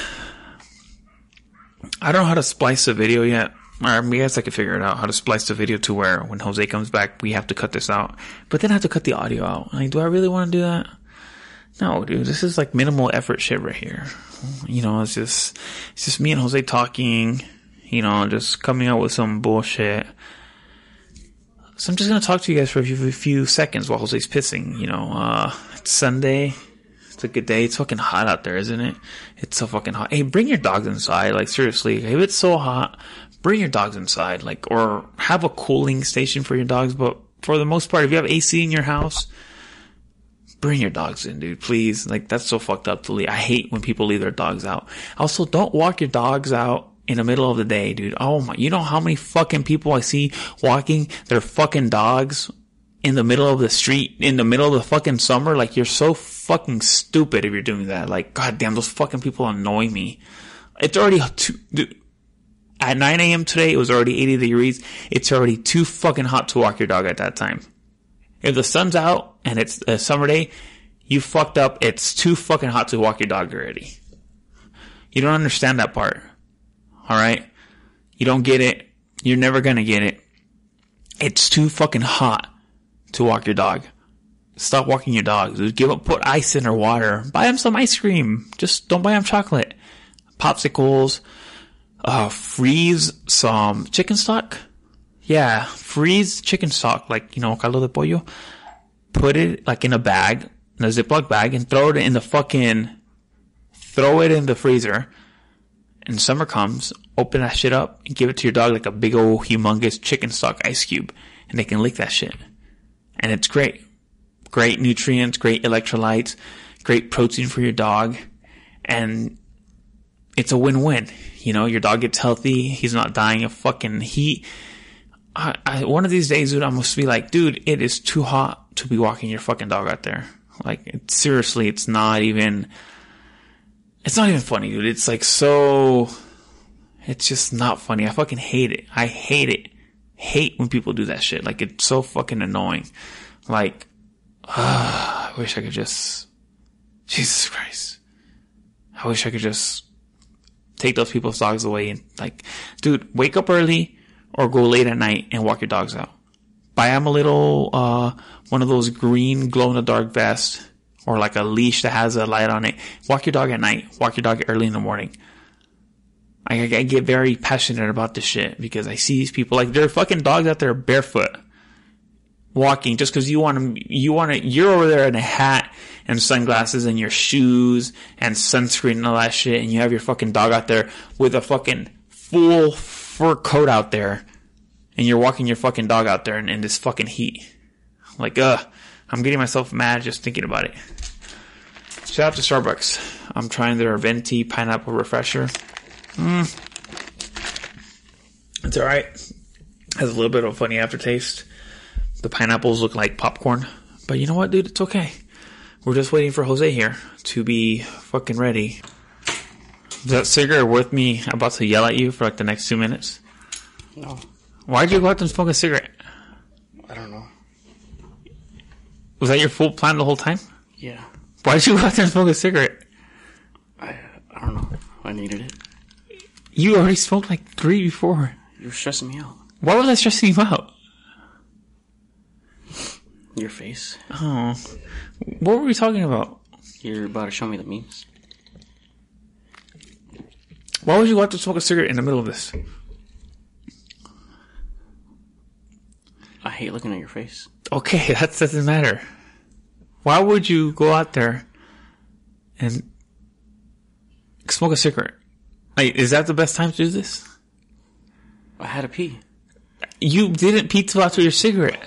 Speaker 2: don't know how to splice the video yet. Or I mean, I guess I could figure it out how to splice the video to where when Jose comes back, we have to cut this out. But then I have to cut the audio out. Like, do I really want to do that? No, dude, this is like minimal effort shit right here. You know, it's just it's just me and Jose talking, you know, just coming up with some bullshit. So I'm just gonna talk to you guys for a few, a few seconds while Jose's pissing. You know, uh, it's Sunday. It's a good day. It's fucking hot out there, isn't it? It's so fucking hot. Hey, bring your dogs inside. Like seriously, if it's so hot, bring your dogs inside. Like, or have a cooling station for your dogs. But for the most part, if you have AC in your house, bring your dogs in, dude. Please. Like, that's so fucked up to leave. I hate when people leave their dogs out. Also, don't walk your dogs out in the middle of the day, dude. Oh my, you know how many fucking people I see walking their fucking dogs in the middle of the street, in the middle of the fucking summer? Like, you're so fucking stupid if you're doing that. Like, goddamn, those fucking people annoy me. It's already two, dude. At 9 a.m. today, it was already 80 degrees. It's already too fucking hot to walk your dog at that time. If the sun's out and it's a summer day, you fucked up. It's too fucking hot to walk your dog already. You don't understand that part. All right? You don't get it. You're never going to get it. It's too fucking hot to walk your dog. Stop walking your dogs. Dude. Give up, put ice in or water. Buy them some ice cream. Just don't buy them chocolate. Popsicles. Uh, freeze some chicken stock. Yeah, freeze chicken stock, like, you know, caldo de pollo. Put it, like, in a bag, in a Ziploc bag, and throw it in the fucking, throw it in the freezer. And summer comes, open that shit up, and give it to your dog like a big old humongous chicken stock ice cube. And they can lick that shit. And it's great. Great nutrients, great electrolytes, great protein for your dog. And it's a win-win. You know, your dog gets healthy. He's not dying of fucking heat. I, I, one of these days, dude, I must be like, dude, it is too hot to be walking your fucking dog out there. Like, it, seriously, it's not even, it's not even funny, dude. It's like so, it's just not funny. I fucking hate it. I hate it. hate when people do that shit. Like it's so fucking annoying. Like, ah, I wish I could just, Jesus Christ. I wish I could just take those people's dogs away and like, dude, wake up early or go late at night and walk your dogs out. Buy them a little, uh, one of those green glow in the dark vests or like a leash that has a light on it. Walk your dog at night. Walk your dog early in the morning. I, I get very passionate about this shit because I see these people like there are fucking dogs out there barefoot walking just because you want to you want to you're over there in a hat and sunglasses and your shoes and sunscreen and all that shit and you have your fucking dog out there with a fucking full fur coat out there and you're walking your fucking dog out there in, in this fucking heat like ugh I'm getting myself mad just thinking about it shout out to Starbucks I'm trying their venti pineapple refresher Mm. It's all right. Has a little bit of a funny aftertaste. The pineapples look like popcorn, but you know what, dude? It's okay. We're just waiting for Jose here to be fucking ready. Is that cigarette worth me about to yell at you for like the next two minutes?
Speaker 1: No,
Speaker 2: Why'd you go out and smoke a cigarette?
Speaker 1: I don't know.
Speaker 2: Was that your full plan the whole time?
Speaker 1: Yeah,
Speaker 2: Why'd you go out there and smoke a cigarette?
Speaker 1: I I don't know. I needed it.
Speaker 2: You already smoked like three before.
Speaker 1: You're stressing me out.
Speaker 2: Why was I stressing you out?
Speaker 1: Your face.
Speaker 2: Oh, what were we talking about?
Speaker 1: You're about to show me the memes.
Speaker 2: Why would you go out to smoke a cigarette in the middle of this?
Speaker 1: I hate looking at your face.
Speaker 2: Okay, that doesn't matter. Why would you go out there and smoke a cigarette? Like, is that the best time to do this?
Speaker 1: I had a pee.
Speaker 2: You didn't pee till after your cigarette.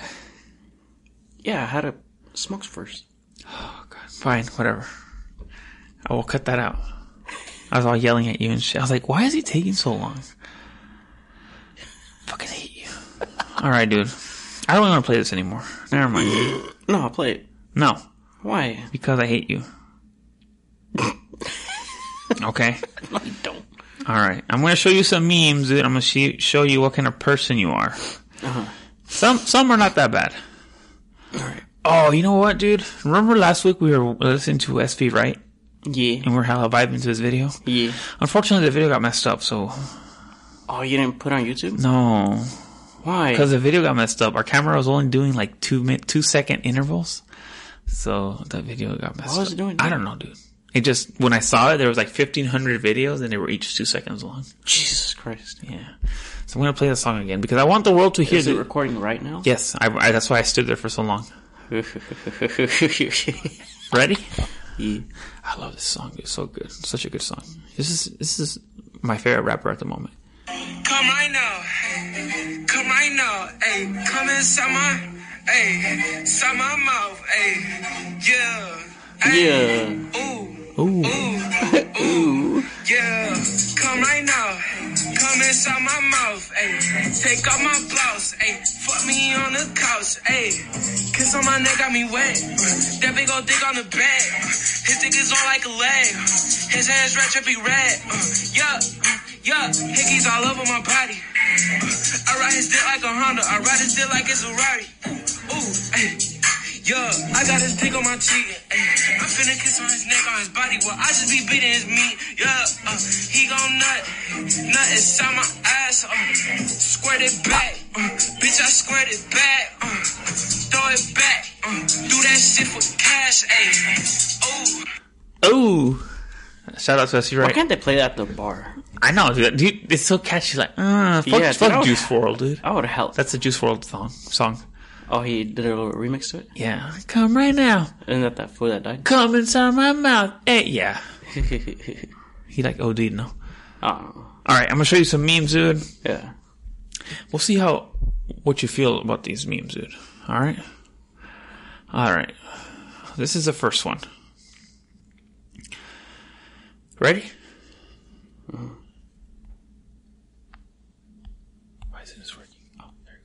Speaker 1: Yeah, I had a smokes first.
Speaker 2: Fine, whatever. I will cut that out. I was all yelling at you and shit. I was like, why is he taking so long? Fucking hate you. Alright, dude. I don't want to play this anymore. Never mind.
Speaker 1: No, I'll play it.
Speaker 2: No.
Speaker 1: Why?
Speaker 2: Because I hate you. okay.
Speaker 1: I don't.
Speaker 2: All right. I'm going to show you some memes, dude. I'm going to see, show you what kind of person you are.
Speaker 1: Uh-huh.
Speaker 2: Some some are not that bad. Oh, you know what, dude? Remember last week we were listening to SV, right?
Speaker 1: Yeah.
Speaker 2: And we're hella vibing to his video.
Speaker 1: Yeah.
Speaker 2: Unfortunately, the video got messed up. So
Speaker 1: Oh, you didn't put on YouTube?
Speaker 2: no,
Speaker 1: Why?
Speaker 2: because the video got messed up. Our camera was only doing like two minute, two second intervals. So the video got messed up.
Speaker 1: was it doing
Speaker 2: I don't know, dude. It just when I saw it, there was like 1,500 videos, and they were each two seconds long.
Speaker 1: Jesus Christ.
Speaker 2: Yeah. So I'm gonna play the song again because I want the world to hear
Speaker 1: Is
Speaker 2: the
Speaker 1: it recording right now?
Speaker 2: Yes, I, I, that's why I stood there for so long. Ready?
Speaker 1: yeah.
Speaker 2: I love this song. It's so good. Such a good song. This is this is my favorite rapper at the moment.
Speaker 5: Come right now. Come right now. Hey, come inside my, hey, inside my mouth. Hey, yeah. Ay,
Speaker 1: Yeah.
Speaker 5: Ooh,
Speaker 2: Ooh,
Speaker 5: ooh, yeah. Come right now. Come inside my mouth. Hey, take off my blouse. Hey, fuck me on the couch. Hey, kiss on my neck got me wet. That big old dick on the bed. His dick is on like a leg. His hands stretch up, be red. Uh, yeah, uh, yeah. Hickeys all over my body. Uh, I ride his dick like a Honda. I ride his dick like it's a Ferrari. Ooh, ooh, ay. Yeah, I got his dick on my cheek. ay. I'm finna kiss on his neck, on his body. Well, I just be beating his meat. Yeah, uh, he gon' nut. Nut inside my ass. Uh, squirt it back. Uh, bitch, I squirt it back. Uh, throw it back. Uh, do that shit for cash. Ayy. Ooh.
Speaker 2: ooh. Oh! Shout out to us. You're
Speaker 1: Why
Speaker 2: right.
Speaker 1: can't they play that at the bar?
Speaker 2: I know, dude. Dude, It's so catchy. Like, uh, fuck,
Speaker 1: Yeah,
Speaker 2: fuck
Speaker 1: dude.
Speaker 2: Juice World, dude.
Speaker 1: I would help.
Speaker 2: That's a Juice World song. Song.
Speaker 1: oh, he did a little remix to it?
Speaker 2: Yeah. Come right now.
Speaker 1: Isn't that that fool that died?
Speaker 2: Come inside my mouth. Hey, Eh, yeah. He like OD'd no.
Speaker 1: oh,
Speaker 2: All right, I'm gonna show you some memes, dude.
Speaker 1: yeah.
Speaker 2: We'll see how what you feel about these memes, dude. All right, all right. This is the first one. Ready? Why isn't this working? Oh, there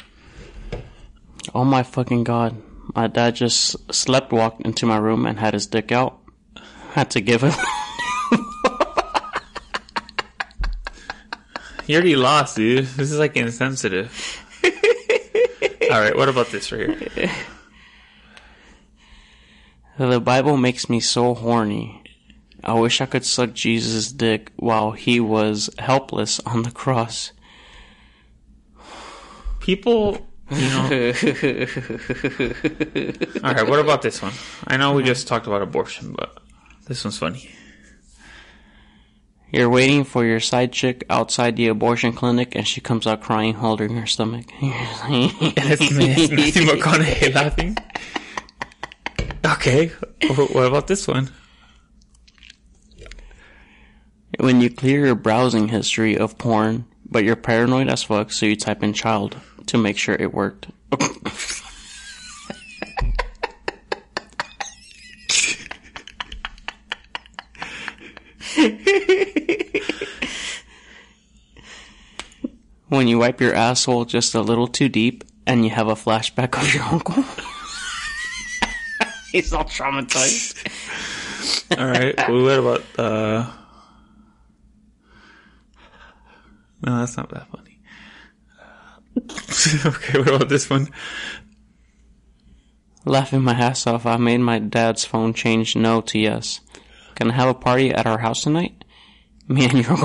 Speaker 2: it goes.
Speaker 1: Oh my fucking god. My dad just slept walked into my room and had his dick out. Had to give him.
Speaker 2: You already lost, dude. This is like insensitive. All right, what about this right here?
Speaker 1: The Bible makes me so horny. I wish I could suck Jesus' dick while he was helpless on the cross.
Speaker 2: People, you know. All right, what about this one? I know we just talked about abortion, but this one's funny.
Speaker 1: You're waiting for your side chick outside the abortion clinic and she comes out crying, holding her stomach.
Speaker 2: It's Matthew McConaughey laughing. Okay, wh- what about this one?
Speaker 1: when you clear your browsing history of porn, but you're paranoid as fuck, so you type in child to make sure it worked. when you wipe your asshole just a little too deep and you have a flashback of your uncle. He's all traumatized.
Speaker 2: All right, well, what about uh? No, that's not that funny. okay, what about this one?
Speaker 1: Laughing my ass off, I made my dad's phone change no to yes. Gonna have a party at our house tonight? Me and your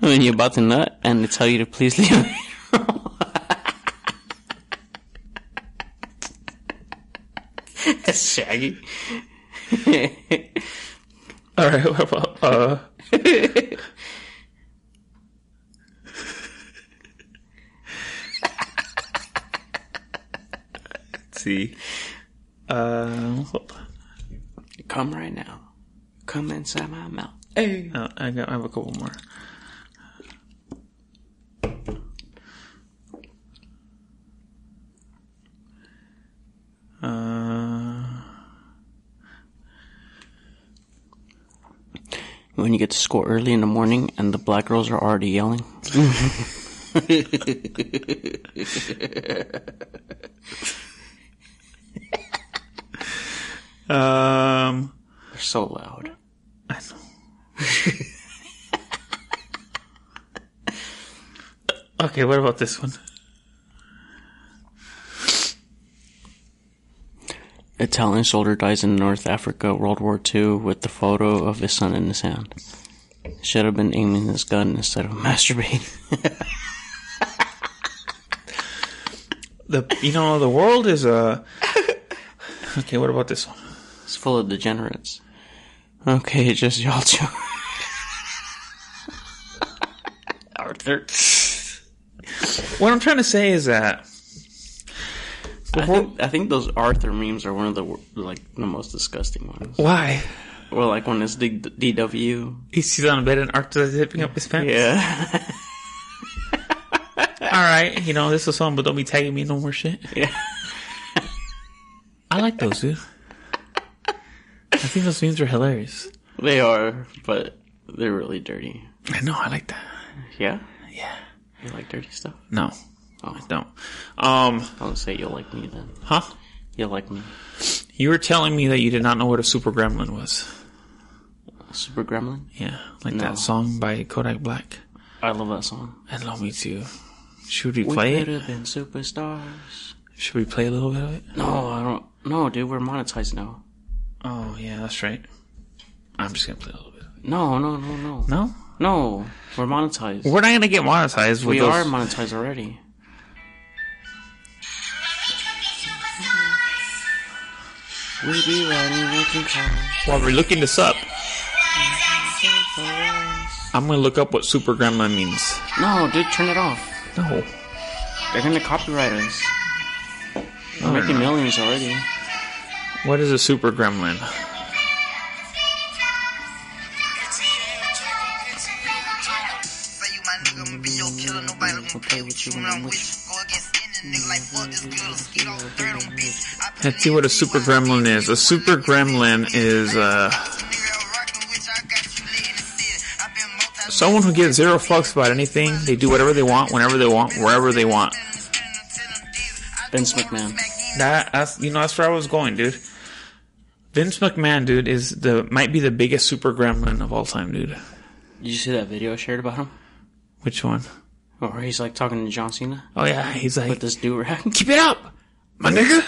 Speaker 1: When you're about to nut and they tell you to please leave me. That's shaggy.
Speaker 2: All right, what about uh? Let's see. Um, hold on.
Speaker 1: Come right now. Come inside my mouth.
Speaker 2: Uh, I got. I have a couple more. Uh,
Speaker 1: when you get to school early in the morning and the black girls are already yelling.
Speaker 2: um,
Speaker 1: They're so loud.
Speaker 2: I know. okay, what about this one?
Speaker 1: Italian soldier dies in North Africa, World War II, with the photo of his son in his hand. Should have been aiming his gun instead of masturbating.
Speaker 2: The you know the world is a. Okay, what about this one?
Speaker 1: It's full of degenerates. Okay, just y'all two. Arthur.
Speaker 2: What I'm trying to say is that
Speaker 1: I think, I think those Arthur memes are one of the wor- like the most disgusting ones.
Speaker 2: why
Speaker 1: Well, like when it's D- DW.
Speaker 2: he's he's on bed and Arthur's zipping up his pants.
Speaker 1: Yeah.
Speaker 2: All right, you know this was fun, but don't be tagging me no more shit.
Speaker 1: Yeah.
Speaker 2: I like those, dude. I think those memes are hilarious.
Speaker 1: They are, but they're really dirty.
Speaker 2: I know, I like that.
Speaker 1: Yeah? Yeah. You like dirty stuff?
Speaker 2: No,
Speaker 1: Oh,
Speaker 2: don't. Um,
Speaker 1: don't say you'll like me then.
Speaker 2: huh?
Speaker 1: You'll like me.
Speaker 2: You were telling me that you did not know what a super gremlin was.
Speaker 1: Super Gremlin?
Speaker 2: Yeah, like
Speaker 1: No.
Speaker 2: that song by Kodak Black.
Speaker 1: I love that song.
Speaker 2: And love me too. Should we play
Speaker 1: could
Speaker 2: it?
Speaker 1: have been superstars.
Speaker 2: Should we play a little bit of it?
Speaker 1: No, I don't. No, dude, we're monetized now.
Speaker 2: Oh yeah, that's right. I'm just gonna play a little bit.
Speaker 1: No, no, no, no.
Speaker 2: No,
Speaker 1: No, we're monetized.
Speaker 2: we're not gonna get monetized. With
Speaker 1: we
Speaker 2: those-
Speaker 1: are monetized already. We be riding working cars.
Speaker 2: While we're looking this up, I'm gonna look up what super gremlin means.
Speaker 1: No, dude, turn it off.
Speaker 2: No,
Speaker 1: They're gonna copyright us.
Speaker 2: No,
Speaker 1: We're making
Speaker 2: no, no.
Speaker 1: millions already.
Speaker 2: What is a super gremlin?
Speaker 6: Say you my nigga, I'ma be your killer. Nobody gonna play with you when I'm with you. Go against any nigga like fuck this girl. Skeet on third on bitch. I put
Speaker 2: Let's see what a super gremlin is. A super gremlin is uh,
Speaker 6: the nigga out rockin' with you. I got you lit in the city. i been multi-
Speaker 2: someone who gives zero fucks about anything. They do whatever they want, whenever they want, wherever they want.
Speaker 1: Vince McMahon.
Speaker 2: That that's you know that's where I was going, dude. Vince McMahon, dude, is the might be the biggest super gremlin of all time, dude.
Speaker 1: Did you see that video I shared about him?
Speaker 2: Which one?
Speaker 1: Or he's like talking to John Cena
Speaker 2: Oh yeah, he's like,
Speaker 1: with this do rag.
Speaker 2: keep it up, my nigga.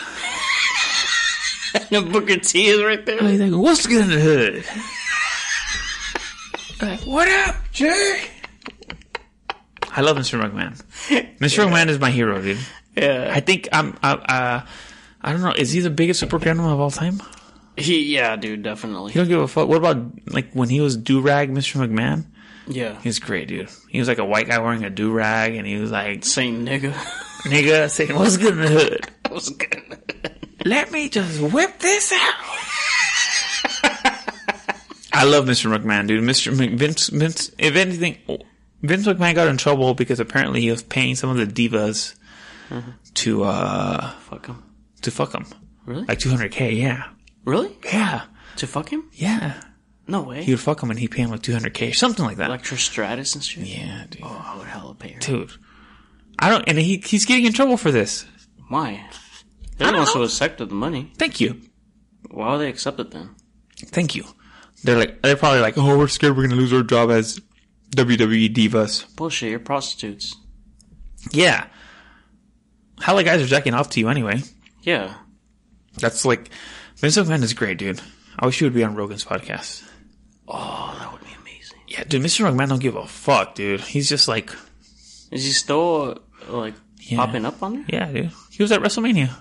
Speaker 1: and Booker T is right there.
Speaker 2: He's like, what's good in the hood? like, what up, Jay? I love Mr. McMahon. Mr. McMahon is my hero, dude.
Speaker 1: Yeah,
Speaker 2: I think I'm. I, uh, I don't know. Is he the biggest super gremlin of all time?
Speaker 1: he, yeah, dude, definitely.
Speaker 2: You don't give a fuck. What about like when he was do rag, Mr. McMahon?
Speaker 1: Yeah,
Speaker 2: He was great, dude. He was like a white guy wearing a do rag, and he was like,
Speaker 1: same nigga.
Speaker 2: "Nigga, saying what's good in the hood?
Speaker 1: that was good.
Speaker 2: Let me just whip this out." I love Mr. McMahon, dude. Mr. Mc, Vince, Vince. If anything, Vince McMahon got in trouble because apparently he was paying some of the divas to uh
Speaker 1: Fuck him.
Speaker 2: to fuck them,
Speaker 1: Really?
Speaker 2: like 200k. Yeah,
Speaker 1: Really?
Speaker 2: yeah,
Speaker 1: To fuck him?
Speaker 2: yeah.
Speaker 1: No way.
Speaker 2: He would fuck him, and he paid him like 200k or something like that.
Speaker 1: Electra Stratus and shit.
Speaker 2: yeah, dude.
Speaker 1: Oh, I would hella pay her.
Speaker 2: dude. I don't, and he he's getting in trouble for this.
Speaker 1: Why? They're the ones who accepted the money.
Speaker 2: Thank you,
Speaker 1: Why would they accept it then?
Speaker 2: thank you. They're like they're probably like, oh, we're scared we're gonna lose our job as WWE divas.
Speaker 1: Bullshit, you're prostitutes.
Speaker 2: Yeah, hella guys are jacking off to you anyway.
Speaker 1: Yeah.
Speaker 2: That's like Vince McMahon is great, dude. I wish he would be on Rogan's podcast.
Speaker 1: Oh, that would be amazing.
Speaker 2: Yeah, dude, Mr. McMahon don't give a fuck, dude. He's just like,
Speaker 1: Is he still uh, like
Speaker 2: Yeah.
Speaker 1: popping up on there?
Speaker 2: yeah, dude. He was at WrestleMania.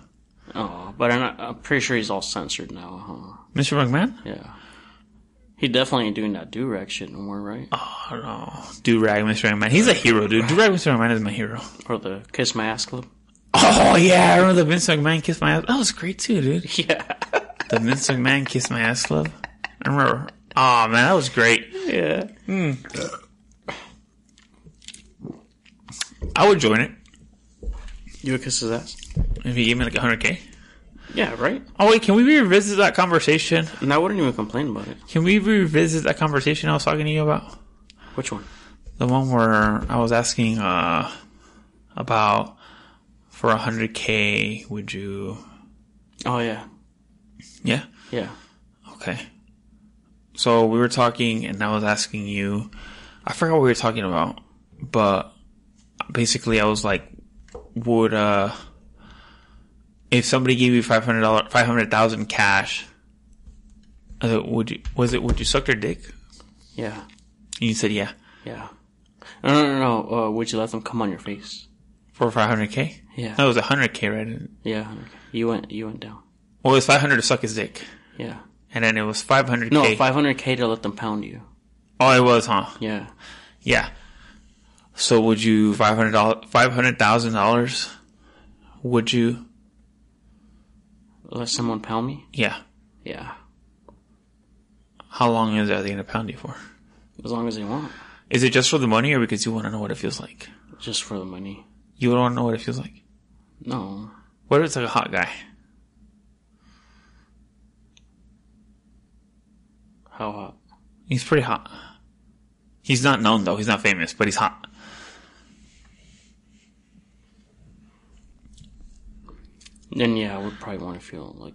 Speaker 1: Oh, but I'm, not, I'm pretty sure he's all censored now.
Speaker 2: Mr. McMahon?
Speaker 1: Huh? Yeah. He definitely ain't doing that do rag shit no more, right?
Speaker 2: Oh no, do rag Mr. McMahon. He's a hero, dude. Do rag Mr. McMahon is my hero.
Speaker 1: Or the kiss my ass club.
Speaker 2: Oh yeah, I remember the Vince McMahon kissed my ass. That was great too, dude.
Speaker 1: Yeah.
Speaker 2: The Vince McMahon kissed my ass club. I remember. Oh man, that was great.
Speaker 1: Yeah.
Speaker 2: I would join it
Speaker 1: You would kiss his ass?
Speaker 2: if he gave me like 100k.
Speaker 1: Yeah, right?
Speaker 2: Oh wait, can we revisit that conversation?
Speaker 1: And I wouldn't even complain about it.
Speaker 2: Can we revisit that conversation I was talking to you about?
Speaker 1: Which one?
Speaker 2: The one where I was asking uh about for 100k, would you?
Speaker 1: Oh, yeah.
Speaker 2: Yeah.
Speaker 1: Yeah.
Speaker 2: Okay. So we were talking, and I was asking you, I forgot what we were talking about, but basically, I was like, would uh, if somebody gave you five hundred dollars, five hundred thousand cash, uh, would you? Was it? Would you suck their dick?
Speaker 1: Yeah.
Speaker 2: And you said yeah
Speaker 1: Yeah. No, no, no, no. Uh, would you let them come on your face?
Speaker 2: for five hundred k.
Speaker 1: Yeah.
Speaker 2: No, it was hundred k, right?
Speaker 1: Yeah. You went, you went down.
Speaker 2: Well, it was five hundred to suck his dick,
Speaker 1: Yeah.
Speaker 2: and then it was five hundred.
Speaker 1: No, 500k to let them pound you.
Speaker 2: Oh, it was, huh?
Speaker 1: Yeah.
Speaker 2: Yeah. So would you five hundred dollars five hundred thousand dollars? Would you?
Speaker 1: Let someone pound me?
Speaker 2: Yeah.
Speaker 1: Yeah.
Speaker 2: How long is that they gonna pound you for?
Speaker 1: As long as they want.
Speaker 2: Is it just for the money, or because you want to know what it feels like?
Speaker 1: Just for the money.
Speaker 2: You don't want to know what it feels like.
Speaker 1: No.
Speaker 2: What if it's like a hot guy?
Speaker 1: How hot?
Speaker 2: He's pretty hot. He's not known though. He's not famous, but he's hot.
Speaker 1: Then yeah, I would probably want to feel like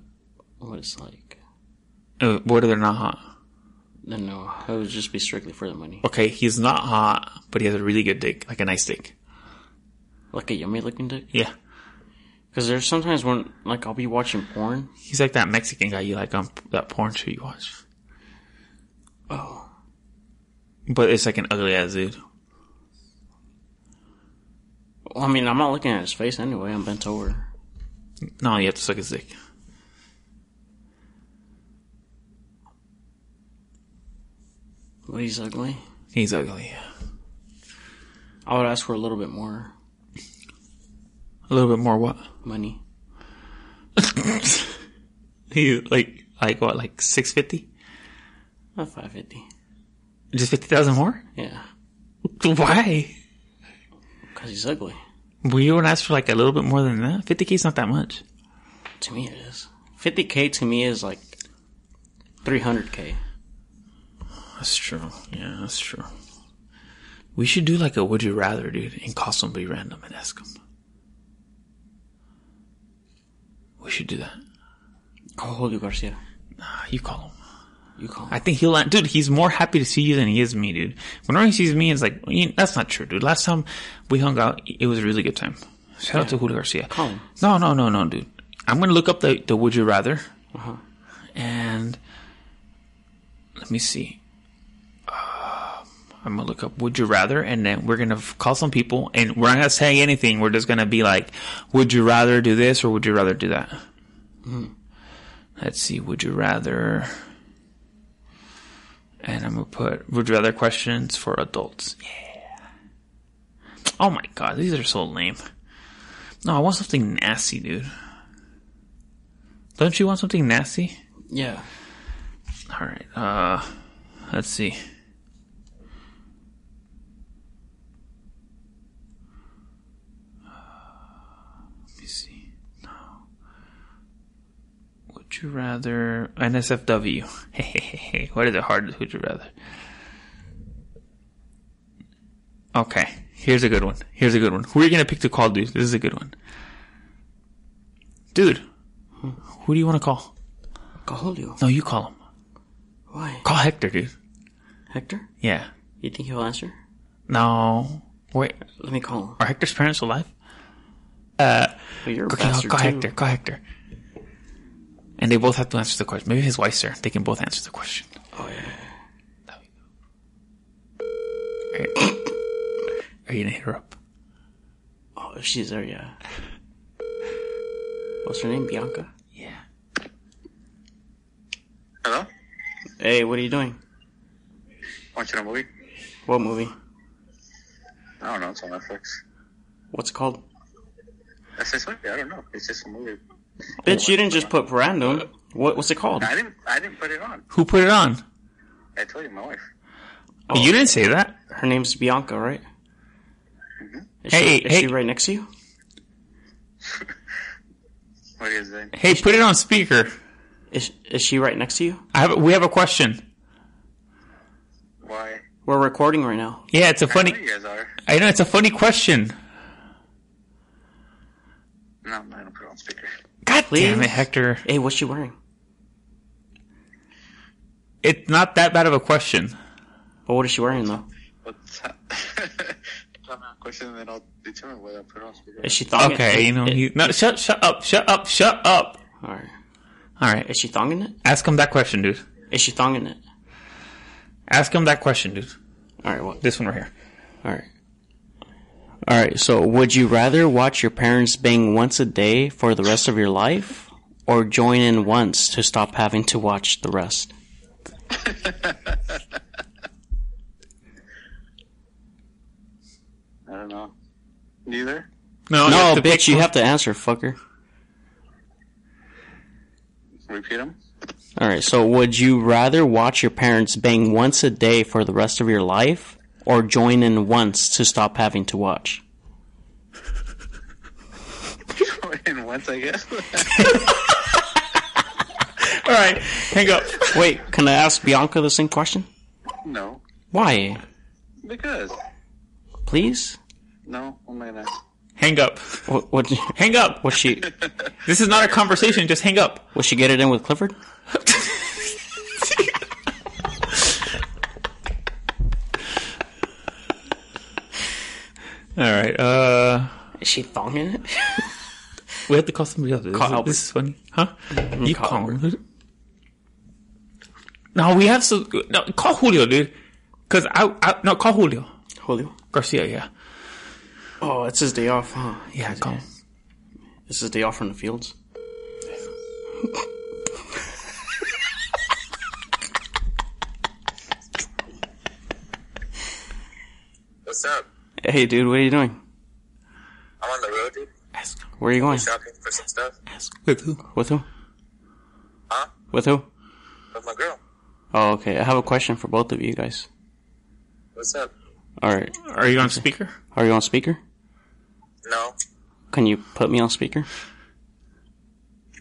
Speaker 1: what it's like.
Speaker 2: Uh, What if they're not hot?
Speaker 1: Then no, it would just be strictly for the money.
Speaker 2: Okay, he's not hot, but he has a really good dick, like a nice dick.
Speaker 1: Like a yummy looking dick.
Speaker 2: Yeah,
Speaker 1: Because there's sometimes when like I'll be watching porn.
Speaker 2: he's like that Mexican guy you like on that porn show you watch.
Speaker 1: Oh,
Speaker 2: But it's like an ugly ass dude.
Speaker 1: well, I mean I'm not looking at his face anyway. I'm bent over.
Speaker 2: No, you have to suck his dick.
Speaker 1: But he's ugly.
Speaker 2: He's ugly.
Speaker 1: I would ask for a little bit more
Speaker 2: A little bit more what?
Speaker 1: money.
Speaker 2: He like like what like six fifty?
Speaker 1: Not Uh, five fifty.
Speaker 2: Just fifty thousand more?
Speaker 1: Yeah,
Speaker 2: Why?
Speaker 1: because he's ugly.
Speaker 2: Well, you don't ask for like a little bit more than that. Fifty k is not that much.
Speaker 1: To me, it is. Fifty k to me is like three hundred k.
Speaker 2: That's true. Yeah, that's true. We should do like a would you rather, dude, and call somebody random and ask them. We should do that.
Speaker 1: I'll hold you, Garcia.
Speaker 2: Ah, You call him.
Speaker 1: You call.
Speaker 2: I think he'll. Dude, he's more happy to see you than he is me, dude. Whenever he sees me, it's like you- that's not true, dude. Last time we hung out, it was a really good time. Shout out to Julio Garcia.
Speaker 1: Call him.
Speaker 2: No, no, no, no, dude. I'm gonna look up the the Would You Rather, and let me see. Um I'm gonna look up Would You Rather, and then we're gonna f- call some people, and we're not gonna say anything. We're just gonna be like, Would you rather do this or would you rather do that? Let's see. Would you rather? And I'm gonna put would you rather questions for adults. Yeah. Oh my god, these are so lame. No, I want something nasty, dude. Don't you want something nasty?
Speaker 1: Yeah.
Speaker 2: All right. Uh, let's see. Let me see. No. Would you rather NSFW? Hey, what is it hard? Would you rather? Okay, here's a good one. Here's a good one. Who are you gonna pick to call, dude? This is a good one, dude. Who do you want to call?
Speaker 1: I'll hold you.
Speaker 2: No, you call him.
Speaker 1: Why,
Speaker 2: Call Hector, dude.
Speaker 1: Hector?
Speaker 2: Yeah.
Speaker 1: You think he'll answer?
Speaker 2: No. Wait.
Speaker 1: Let me call him.
Speaker 2: Are Hector's parents alive?
Speaker 1: Oh, you're a
Speaker 2: Okay, I'll
Speaker 1: bastard
Speaker 2: call
Speaker 1: too.
Speaker 2: Hector. Call Hector. And they both have to answer the question. Maybe his wife's there. They can both answer the question.
Speaker 1: Oh yeah.
Speaker 2: All right. Are you gonna hit her up?
Speaker 1: Oh, if she's there, yeah. What's her name? Bianca.
Speaker 2: Yeah.
Speaker 7: Hello?
Speaker 1: Hey, what are you doing?
Speaker 7: Watching a movie?
Speaker 1: What movie?
Speaker 7: I don't know. It's on Netflix.
Speaker 1: What's it called?
Speaker 7: That's this movie? I don't know. It's just a movie.
Speaker 1: Bitch, you didn't just put random. What? What's it called?
Speaker 7: I didn't. I didn't put it on.
Speaker 2: Who put it on?
Speaker 7: I told you, my wife.
Speaker 1: Oh.
Speaker 2: You didn't say that.
Speaker 1: Her name's Bianca, right? Is
Speaker 2: Hey,
Speaker 1: she, is
Speaker 2: hey.
Speaker 1: she right next to you?
Speaker 7: What is it?
Speaker 2: Hey, put it on speaker.
Speaker 1: Is is she right next to you?
Speaker 2: I have. We have a question.
Speaker 7: Why?
Speaker 1: We're recording right now.
Speaker 2: Yeah, it's a
Speaker 7: I know
Speaker 2: funny.
Speaker 7: you guys are.
Speaker 2: I know it's a funny question.
Speaker 7: No, I'm not gonna put it on speaker.
Speaker 2: God damn it,
Speaker 1: Please.
Speaker 2: Hector!
Speaker 1: Hey, what's she wearing?
Speaker 2: It's not that bad of a question.
Speaker 1: Oh, what is she wearing though?
Speaker 7: What's that? Tell me a question, and then I'll determine whether I put it on speaker.
Speaker 1: Is she thonging
Speaker 2: Okay,
Speaker 1: it?
Speaker 2: you know.
Speaker 1: It-
Speaker 2: You, no, shut, shut up, shut up, shut up.
Speaker 1: All right.
Speaker 2: All right,
Speaker 1: Is she thonging it?
Speaker 2: ask him that question, dude.
Speaker 1: Is she thonging it?
Speaker 2: Ask him that question, dude.
Speaker 1: All right. What?
Speaker 2: This one right here.
Speaker 1: All right. All right. So, would you rather watch your parents bang once a day for the rest of your life, or join in once to stop having to watch the rest?
Speaker 7: I don't know. Neither.
Speaker 2: No,
Speaker 1: No,
Speaker 2: have to
Speaker 1: bitch,
Speaker 2: pick
Speaker 1: you
Speaker 2: one.
Speaker 1: have to answer, fucker.
Speaker 7: Repeat them.
Speaker 1: All right. So, would you rather watch your parents bang once a day for the rest of your life, or join in once to stop having to watch?
Speaker 7: in once, I guess.
Speaker 2: All right, hang up.
Speaker 1: Wait, can I ask Bianca the same question?
Speaker 7: no,
Speaker 1: Why?
Speaker 7: because
Speaker 1: Please?
Speaker 7: no. I'm not gonna.
Speaker 2: Hang up.
Speaker 1: What? What?
Speaker 2: Hang up.
Speaker 1: What she?
Speaker 2: This is not a conversation. Just hang up.
Speaker 1: Will she get it in with Clifford?
Speaker 2: All right. Uh,
Speaker 1: Is she thonging it?
Speaker 2: we have to call somebody else. This,
Speaker 1: Call
Speaker 2: is,
Speaker 1: Albert.
Speaker 2: this is funny, huh? You
Speaker 1: call
Speaker 2: call him. No, we have so no. Call Julio, dude. Cause I, I no call Julio
Speaker 1: Julio.
Speaker 2: Garcia. Yeah,
Speaker 1: Oh, it's his day off, huh?
Speaker 2: yeah. Call him.
Speaker 1: It's his day off from the fields.
Speaker 7: What's up?
Speaker 1: Hey, dude, what are you doing?
Speaker 7: I'm on the road, dude.
Speaker 2: Ask him.
Speaker 1: Where are you going?
Speaker 7: Shopping for some stuff
Speaker 2: Ask him. with who?
Speaker 1: With who?
Speaker 7: Huh?
Speaker 1: With who?
Speaker 7: with my girl.
Speaker 1: Oh, okay. I have a question for both of you guys.
Speaker 7: What's up?
Speaker 1: All right.
Speaker 2: Are you on speaker?
Speaker 1: Are you on speaker?
Speaker 7: No,
Speaker 1: Can you put me on speaker?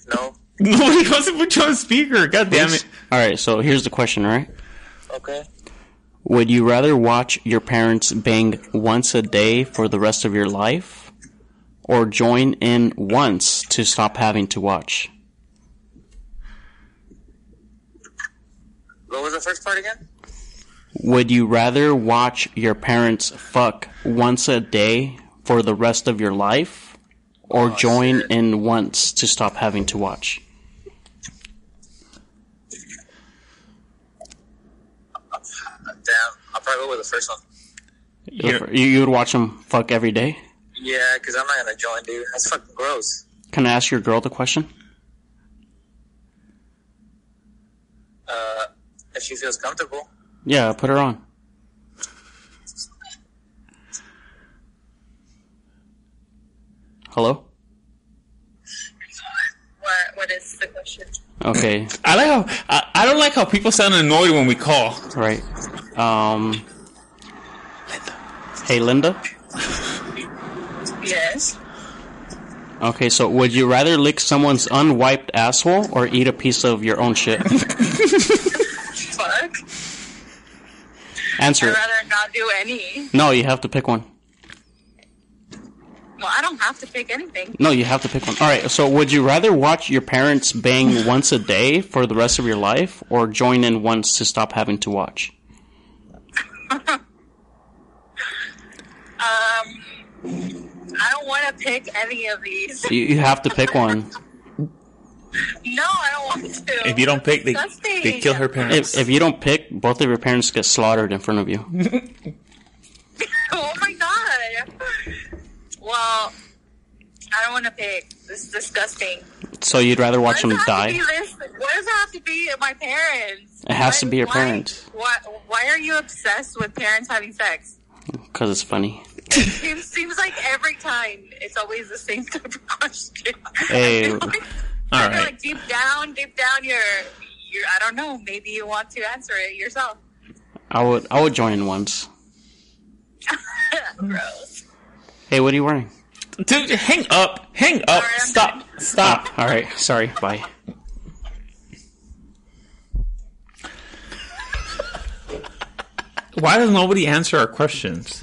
Speaker 7: no.
Speaker 2: Nobody wants to put you on speaker. God damn it.
Speaker 1: All right. So here's the question. All right.
Speaker 7: Okay.
Speaker 1: Would you rather watch your parents bang once a day for the rest of your life, or join in once to stop having to watch.
Speaker 8: What was the first part again?
Speaker 1: Would you rather watch your parents fuck once a day for the rest of your life or
Speaker 8: Oh,
Speaker 1: join in once to stop having to watch?
Speaker 8: Damn, I'll probably go with the first one.
Speaker 1: You, you would watch them fuck every day?
Speaker 8: Yeah, because I'm not gonna join, dude. That's fucking gross.
Speaker 1: Can I ask your girl the question?
Speaker 8: If she feels comfortable,
Speaker 1: Yeah, put her on. Hello?
Speaker 9: What What is the question?
Speaker 1: Okay,
Speaker 2: I like how I, I don't like how people sound annoyed when we call.
Speaker 1: right. Um, hey, Linda?
Speaker 9: Yes.
Speaker 1: Okay, so would you rather lick someone's unwiped asshole or eat a piece of your own shit?
Speaker 9: Fuck.
Speaker 1: Answer
Speaker 9: I'd
Speaker 1: it.
Speaker 9: rather not do any.
Speaker 1: No, you have to pick one.
Speaker 9: Well, I don't have to pick anything.
Speaker 1: No, you have to pick one. All right, so would you rather watch your parents bang once a day for the rest of your life or join in once to stop having to watch?
Speaker 9: I don't want to pick any of these.
Speaker 1: You, you have to pick one.
Speaker 9: No, I don't want to.
Speaker 2: If you don't pick, they,
Speaker 9: Disgusting.
Speaker 2: they kill her parents.
Speaker 1: If, if you don't pick, both of your parents get slaughtered in front of you.
Speaker 9: Oh my god. Well, I don't want to pick. This is disgusting.
Speaker 1: So you'd rather watch
Speaker 9: Why
Speaker 1: them
Speaker 9: does it have
Speaker 1: die?
Speaker 9: to be this- Why does it have to be my parents?
Speaker 1: It has
Speaker 9: Why-
Speaker 1: to be your
Speaker 9: why-
Speaker 1: parents.
Speaker 9: Why, why are you obsessed with parents having sex?
Speaker 1: Because it's funny.
Speaker 9: It seems like every time it's always the same type of question.
Speaker 1: Hey.
Speaker 9: I feel like, I
Speaker 2: All
Speaker 9: feel
Speaker 2: right.
Speaker 9: like deep down, deep down, you're, you're, I don't know, maybe you want to answer it yourself.
Speaker 1: I would I would join in once.
Speaker 9: Gross.
Speaker 1: Hey, what are you wearing?
Speaker 2: Dude, hang up. Hang up.
Speaker 9: Sorry, I'm
Speaker 2: Stop. Stop.
Speaker 1: All right, sorry. Bye.
Speaker 2: Why does nobody answer our questions?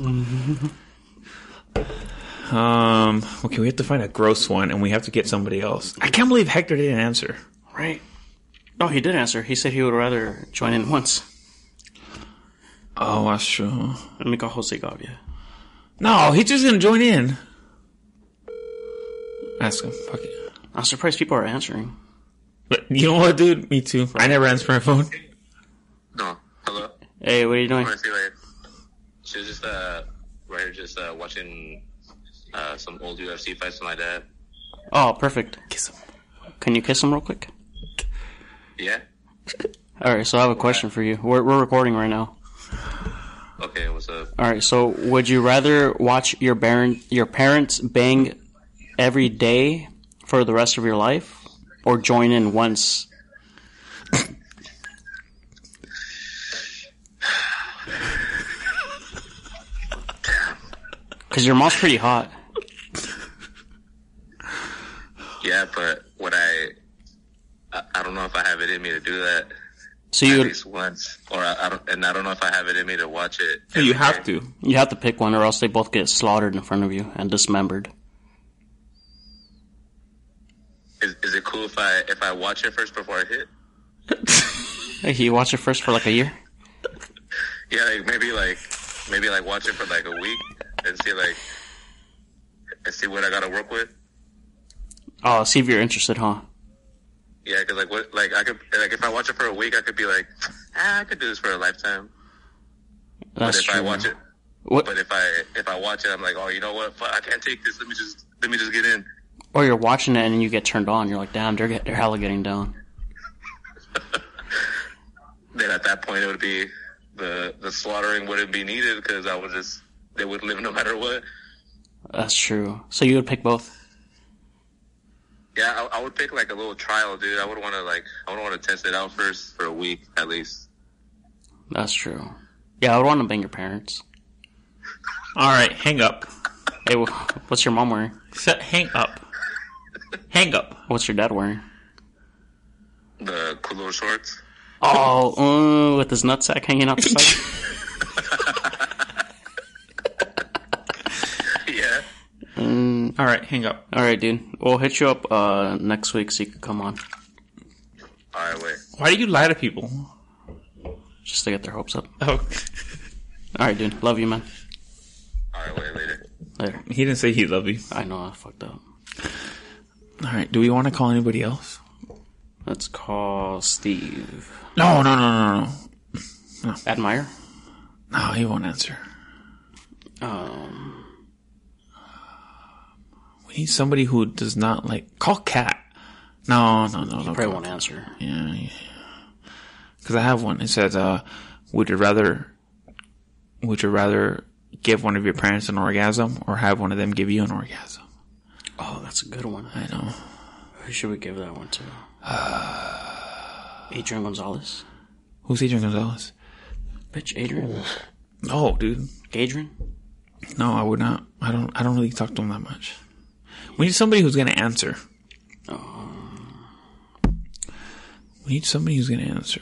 Speaker 2: um. Okay, we have to find a gross one, and we have to get somebody else. I can't believe Hector didn't answer.
Speaker 1: Right. No, he did answer. He said he would rather join in once.
Speaker 2: Oh, that's true.
Speaker 1: Let me call Jose Gavia.
Speaker 2: No, he's just gonna join in. Ask him. Fuck it.
Speaker 1: I'm surprised people are answering.
Speaker 2: But you know what, dude? Me too. I never answer my phone.
Speaker 7: No. Hello?
Speaker 1: Hey, what are you doing?
Speaker 7: Wanna see you later.
Speaker 8: she was just uh right here just uh watching uh some old UFC fights with my dad.
Speaker 1: Oh, perfect.
Speaker 2: Kiss him.
Speaker 1: Can you kiss him real quick?
Speaker 8: Yeah.
Speaker 1: All right, so I have a question for you. We're, we're recording right now.
Speaker 8: Okay, what's up?
Speaker 1: All right, so would you rather watch your parent your parents bang every day for the rest of your life, or join in once? Cause your mom's pretty hot.
Speaker 8: Yeah, but would I, I? I don't know if I have it in me to do that
Speaker 1: So
Speaker 8: at
Speaker 1: you
Speaker 8: least once, or I, I don't, and I don't know if I have it in me to watch it.
Speaker 2: You
Speaker 8: every
Speaker 2: have
Speaker 8: day.
Speaker 2: to.
Speaker 1: you have to pick one, or else they both get slaughtered in front of you and dismembered.
Speaker 8: Is, is it cool if I if I watch it first before I hit?
Speaker 1: Hey, you watch it first for like a year.
Speaker 8: Yeah, like maybe like maybe like watch it for like a week and see like and see what I gotta work with.
Speaker 1: Oh, see if you're interested, huh?
Speaker 8: Yeah, because like what like I could like if I watch it for a week, I could be like, ah, I could do this for a lifetime.
Speaker 1: That's
Speaker 8: but if
Speaker 1: true.
Speaker 8: I watch it,
Speaker 1: What?
Speaker 8: but if I if I watch it, I'm like, oh, you know what? Fuck, I can't take this. Let me just let me just get in.
Speaker 1: Or you're watching it and you get turned on. You're like, damn, they're get, they're hella getting down.
Speaker 8: then at that point it would be the the slaughtering wouldn't be needed because I would just they would live no matter what.
Speaker 1: That's true. So you would pick both.
Speaker 8: Yeah, I, I would pick like a little trial, dude. I would want to like I would want to test it out first for a week at least.
Speaker 1: That's true. Yeah, I would want to bang your parents.
Speaker 2: All right, hang up.
Speaker 1: Hey, wh- what's your mom wearing?
Speaker 2: Shut, hang up. Hang up.
Speaker 1: What's your dad wearing?
Speaker 8: The cool little shorts.
Speaker 1: Oh, ooh, with his nutsack hanging out the side.
Speaker 8: Yeah,
Speaker 1: And
Speaker 2: All right, hang up.
Speaker 1: all right, dude, we'll hit you up uh next week so you can come on
Speaker 8: All right, wait.
Speaker 2: Why do you lie to people?
Speaker 1: just to get their hopes up.
Speaker 2: Oh,
Speaker 1: All right, dude, love you, man.
Speaker 8: All right, wait later.
Speaker 1: Later.
Speaker 2: he didn't say he loved you.
Speaker 1: I know I fucked up.
Speaker 2: All right, do we want to call anybody else?
Speaker 1: Let's call Steve.
Speaker 2: No, no, no, no, no.
Speaker 1: Admire.
Speaker 2: No, he won't answer.
Speaker 1: Um,
Speaker 2: We need somebody who does not like call Cat. No, no, no, no.
Speaker 1: probably won't answer.
Speaker 2: Yeah, because I have one. It says, uh, "Would you rather? Would you rather give one of your parents an orgasm or have one of them give you an orgasm?"
Speaker 1: Oh, that's a good one.
Speaker 2: I know.
Speaker 1: Who should we give that one to? uh, Adrian Gonzalez.
Speaker 2: Who's Adrian Gonzalez?
Speaker 1: Bitch, Adrian.
Speaker 2: No, dude.
Speaker 1: Adrian.
Speaker 2: No, I would not. I don't. I don't really talk to him that much. We need somebody who's gonna answer. We need somebody who's gonna answer.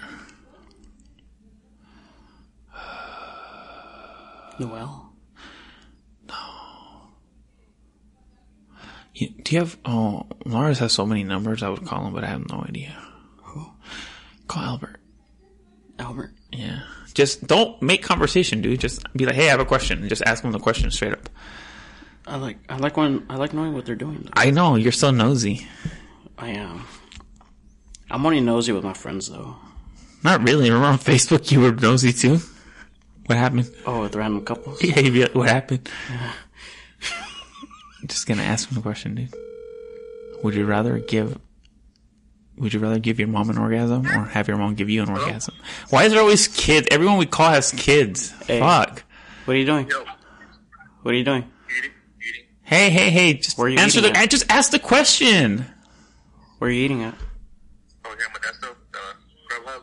Speaker 1: Noel.
Speaker 2: You- Do you have? Oh, Lars has so many numbers. I would call him, but I have no idea. Call Albert.
Speaker 1: Albert.
Speaker 2: Yeah. Just don't make conversation, dude. Just be like, "Hey, I have a question," and just ask them the question straight up.
Speaker 1: I like I like when I like knowing what they're doing. though.
Speaker 2: I know you're so nosy.
Speaker 1: I am. I'm only nosy with my friends though.
Speaker 2: Not really. Remember on Facebook, you were nosy too. What happened?
Speaker 1: Oh, with random couples.
Speaker 2: Yeah, you'd be like, what happened? Just gonna ask him a question, dude. Would you rather give? Would you rather give your mom an orgasm or have your mom give you an orgasm? Why is there always kids? Everyone we call has kids. Fuck.
Speaker 1: What are you doing?
Speaker 8: Yo,
Speaker 1: What are you doing?
Speaker 8: eating, eating.
Speaker 2: Hey, hey, hey! Just
Speaker 1: Where are you
Speaker 2: answer
Speaker 1: eating
Speaker 2: the.
Speaker 1: at?
Speaker 2: I Just ask the question.
Speaker 1: Where are you eating at?
Speaker 8: Over here, Modesto. Uh,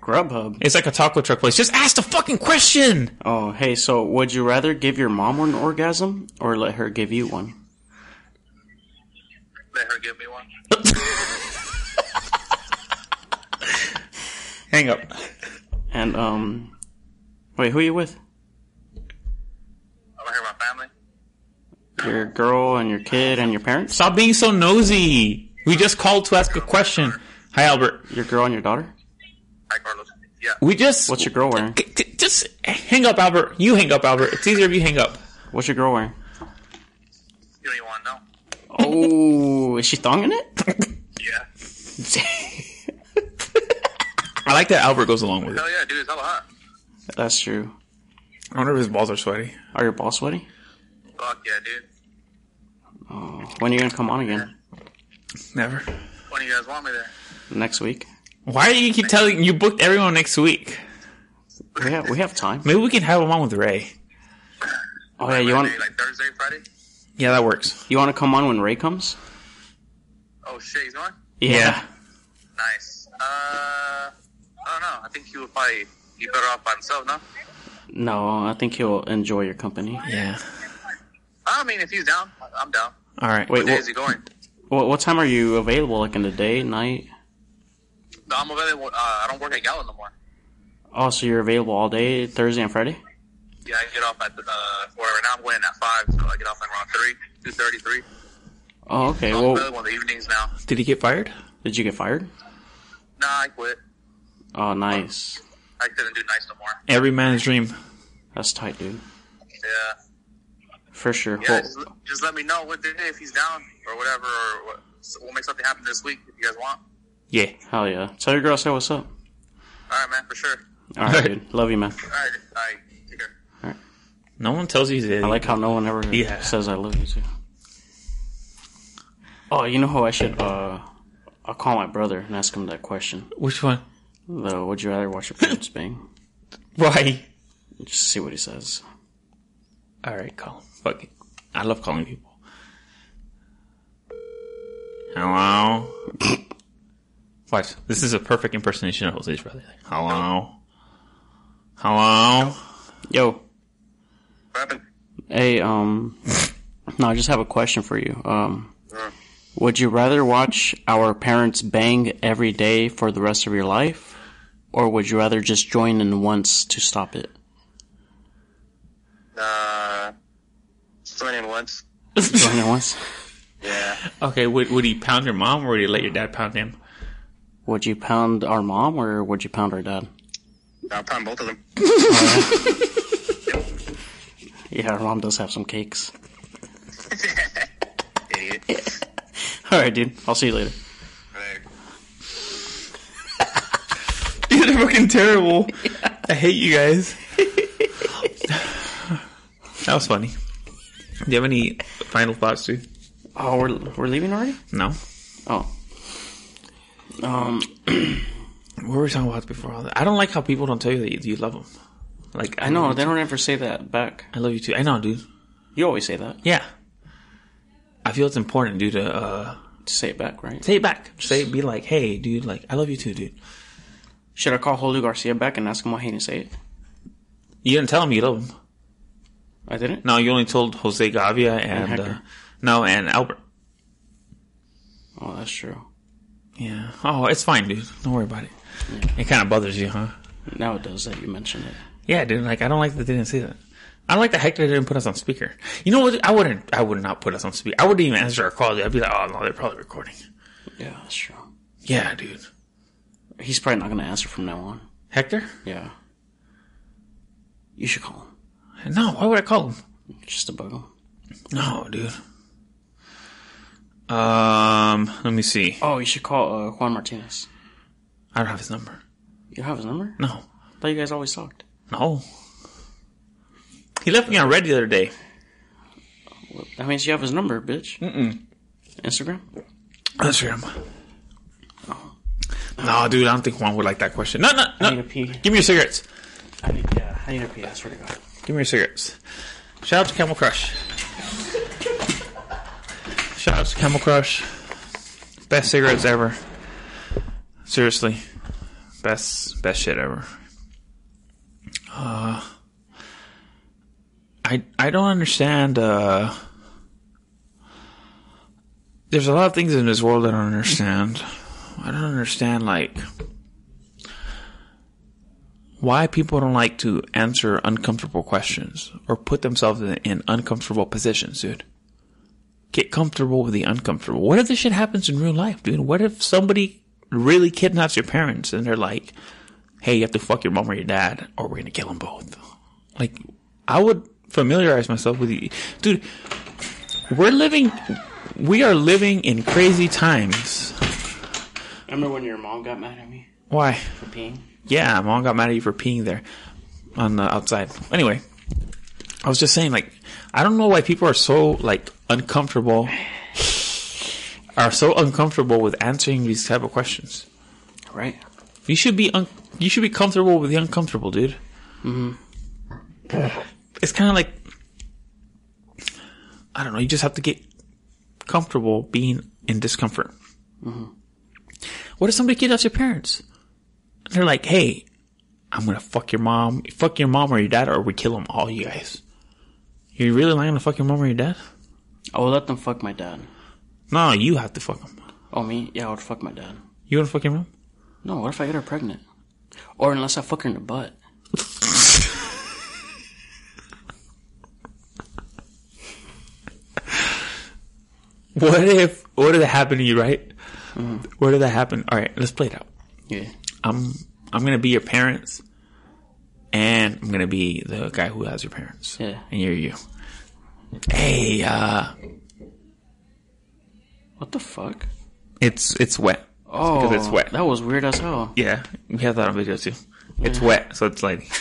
Speaker 8: Grubhub.
Speaker 1: Grubhub.
Speaker 2: It's like a taco truck place. Just ask the fucking question.
Speaker 1: Oh, hey. So, would you rather give your mom an orgasm or let her give you one?
Speaker 8: Let her give me one.
Speaker 2: Hang up.
Speaker 1: And um, wait, who are you with?
Speaker 8: I'm here with my family.
Speaker 1: Your girl and your kid and your parents?
Speaker 2: Stop being so nosy. We just called to ask a question. Hi, Albert.
Speaker 1: Your girl and your daughter?
Speaker 8: Hi, Carlos. Yeah.
Speaker 2: We just.
Speaker 1: What's your girl wearing?
Speaker 2: G- g- Just hang up, Albert. You hang up, Albert. It's easier if you hang up.
Speaker 1: What's your girl wearing?
Speaker 8: You don't even want to know.
Speaker 1: Oh, is she thonging it?
Speaker 8: Yeah.
Speaker 2: I like that Albert goes along with it.
Speaker 8: Hell yeah, dude. It's all hot.
Speaker 1: That's true.
Speaker 2: I wonder if his balls are sweaty.
Speaker 1: Are your balls sweaty?
Speaker 8: Fuck yeah, dude.
Speaker 1: Oh, when are you gonna come on again?
Speaker 2: Never.
Speaker 8: When do you guys want me there?
Speaker 1: Next week?
Speaker 2: Why do you keep telling you booked everyone next week?
Speaker 1: We have we have time.
Speaker 2: Maybe we can have him on with Ray.
Speaker 1: Oh yeah, you want
Speaker 8: Friday, like Thursday, Friday?
Speaker 2: Yeah, that works.
Speaker 1: you want to come on when Ray comes?
Speaker 8: Oh shit, he's on.
Speaker 2: Yeah.
Speaker 8: Nice. Uh, I don't know. I think he would probably be better off by himself, no?
Speaker 1: No, I think he'll enjoy your company.
Speaker 2: Yeah.
Speaker 8: I mean, if he's down, I'm down.
Speaker 2: All right.
Speaker 1: Wait,
Speaker 8: What day
Speaker 1: what,
Speaker 8: is he going?
Speaker 1: what, what time are you available? Like in the day, night?
Speaker 8: No, I'm available. Uh, I don't work at Gallo no more.
Speaker 1: Oh, so you're available all day, Thursday and Friday?
Speaker 8: Yeah, I get off at uh, four. Right now I'm going in at five, so I get off like around three, two thirty, three.
Speaker 1: Oh, okay.
Speaker 8: I'm
Speaker 1: Well,
Speaker 8: available in the evenings now.
Speaker 2: Did he get fired?
Speaker 1: did you get fired?
Speaker 8: Nah, I quit.
Speaker 1: Oh, nice.
Speaker 8: I couldn't do nice no more.
Speaker 2: Every man's dream.
Speaker 1: That's tight, dude.
Speaker 8: Yeah.
Speaker 1: For sure.
Speaker 8: Yeah,
Speaker 1: Well,
Speaker 8: just, just let me know what day if he's down or whatever, or what, so we'll make something happen this week if you guys want.
Speaker 2: Yeah.
Speaker 1: hell yeah. Tell your girl, say what's up.
Speaker 8: All right, man, for sure.
Speaker 1: All right, dude. Love you, man.
Speaker 8: All right, all right, take care.
Speaker 2: No one tells you that.
Speaker 1: I like how no one ever
Speaker 2: Yeah.
Speaker 1: says I love you too. Oh, you know who I should? Uh, I'll call my brother and ask him that question.
Speaker 2: Which one?
Speaker 1: Though, would you rather watch your parents bang?
Speaker 2: Why?
Speaker 1: Just see what he says.
Speaker 2: All right, call him. Fuck it. I love calling people. Hello. Watch. This is a perfect impersonation of Jose's brother. Hello. Hello.
Speaker 1: Yo,
Speaker 8: What happened?
Speaker 1: hey, um, no, I just have a question for you. Um,
Speaker 8: Uh,
Speaker 1: would you rather watch our parents bang every day for the rest of your life, or would you rather just join in once to stop it?
Speaker 8: Uh, something once.
Speaker 1: going at once.
Speaker 7: Yeah.
Speaker 2: Okay, would, would he pound your mom or would he let your dad pound him?
Speaker 1: Would you pound our mom or would you pound our dad?
Speaker 8: I'll pound both of them.
Speaker 1: Yeah, our mom does have some cakes.
Speaker 8: Idiot.
Speaker 1: All right, dude. I'll see you later.
Speaker 8: Like,
Speaker 2: Dude, they're fucking terrible. I hate you guys. that was funny. Do you have any final thoughts, dude?
Speaker 1: Oh, we're we're leaving already?
Speaker 2: No.
Speaker 1: Oh,
Speaker 2: What were we talking about before all that? I don't like how people don't tell you that you, you love them. Like
Speaker 1: I know they don't ever say that back.
Speaker 2: I love you too. I know, dude.
Speaker 1: You always say that.
Speaker 2: Yeah. I feel it's important, dude, to uh,
Speaker 1: To say it back, right?
Speaker 2: say it back. Say, be like, hey, dude, like, I love you too, dude.
Speaker 1: Should I call Julio Garcia back and ask him why he didn't say it?
Speaker 2: You didn't tell him you love him.
Speaker 1: I didn't.
Speaker 2: No, you only told Jose Gavia and,
Speaker 1: Hector.
Speaker 2: uh, no, and Albert.
Speaker 1: Oh, that's true.
Speaker 2: Yeah. Oh, it's fine, dude. Don't worry about it. It kind of bothers you, huh?
Speaker 1: Now it does that you mentioned it.
Speaker 2: Yeah, dude. Like, I don't like that they didn't say that. I don't like the Hector didn't put us on speaker. You know what? I wouldn't. I would not put us on speaker. I wouldn't even answer our call. dude. I'd be like, oh no, they're probably recording.
Speaker 1: Yeah, that's true.
Speaker 2: Yeah, dude.
Speaker 1: He's probably not gonna answer from now on.
Speaker 2: Hector?
Speaker 1: Yeah. You should call him
Speaker 2: No. Why would I call him?
Speaker 1: just to bug him.
Speaker 2: No, dude. Um, let me see.
Speaker 1: Oh, you should call uh, Juan Martinez.
Speaker 2: I don't have his number.
Speaker 1: You don't have his number?
Speaker 2: No,
Speaker 1: I thought you guys always talked.
Speaker 2: no. He left me on red the other day.
Speaker 1: That means you have his number, bitch. Mm-mm. Instagram?
Speaker 2: Let's hear him. No, dude, I don't think Juan would like that question. No, no,
Speaker 1: I need a
Speaker 2: no.
Speaker 1: pee.
Speaker 2: Give me your cigarettes.
Speaker 1: I need, yeah, I need a pee. I swear to God.
Speaker 2: Give me your cigarettes. Shout out to Camel Crush. Shout out to Camel Crush. Best cigarettes ever. Seriously. Best best shit ever. Uh I I don't understand uh there's a lot of things in this world I don't understand. I don't understand like why people don't like to answer uncomfortable questions or put themselves in, in uncomfortable positions, dude. Get comfortable with the uncomfortable. What if this shit happens in real life, dude? What if somebody really kidnaps your parents and they're like, hey, you have to fuck your mom or your dad or we're going to kill them both? Like, I would familiarize myself with you. Dude, we're living, we are living in crazy times.
Speaker 1: Remember when your mom got mad at me
Speaker 2: Why?
Speaker 1: for peeing?
Speaker 2: Yeah, mom got mad at you for peeing there on the outside. Anyway, I was just saying, like, I don't know why people are so like uncomfortable, are so uncomfortable with answering these type of questions.
Speaker 1: Right?
Speaker 2: You should be un- you should be comfortable with the uncomfortable, dude. Mm-hmm. It's kind of like I don't know. You just have to get comfortable being in discomfort. Mm-hmm. What if somebody kidnaps your parents? And they're like, "Hey, I'm gonna fuck your mom, fuck your mom or your dad, or we kill them all, you guys." You really not gonna fuck your mom or your dad?
Speaker 1: I would let them fuck my dad.
Speaker 2: No, you have to fuck them.
Speaker 1: Oh, me? Yeah, I would fuck my dad.
Speaker 2: You wanna fuck your mom?
Speaker 1: No, what if I get her pregnant? Or unless I fuck her in the butt.
Speaker 2: What if? What did that happen to you? Right? Mm-hmm. What did that happen? All right, let's play it out.
Speaker 1: Yeah.
Speaker 2: I'm I'm gonna be your parents, and I'm gonna be the guy who has your parents.
Speaker 1: Yeah.
Speaker 2: and you're you. Hey, uh,
Speaker 1: What the fuck?
Speaker 2: it's it's wet.
Speaker 1: Oh,
Speaker 2: because it's wet.
Speaker 1: That was weird as hell.
Speaker 2: Yeah, we have that on video too. It's wet, so it's like.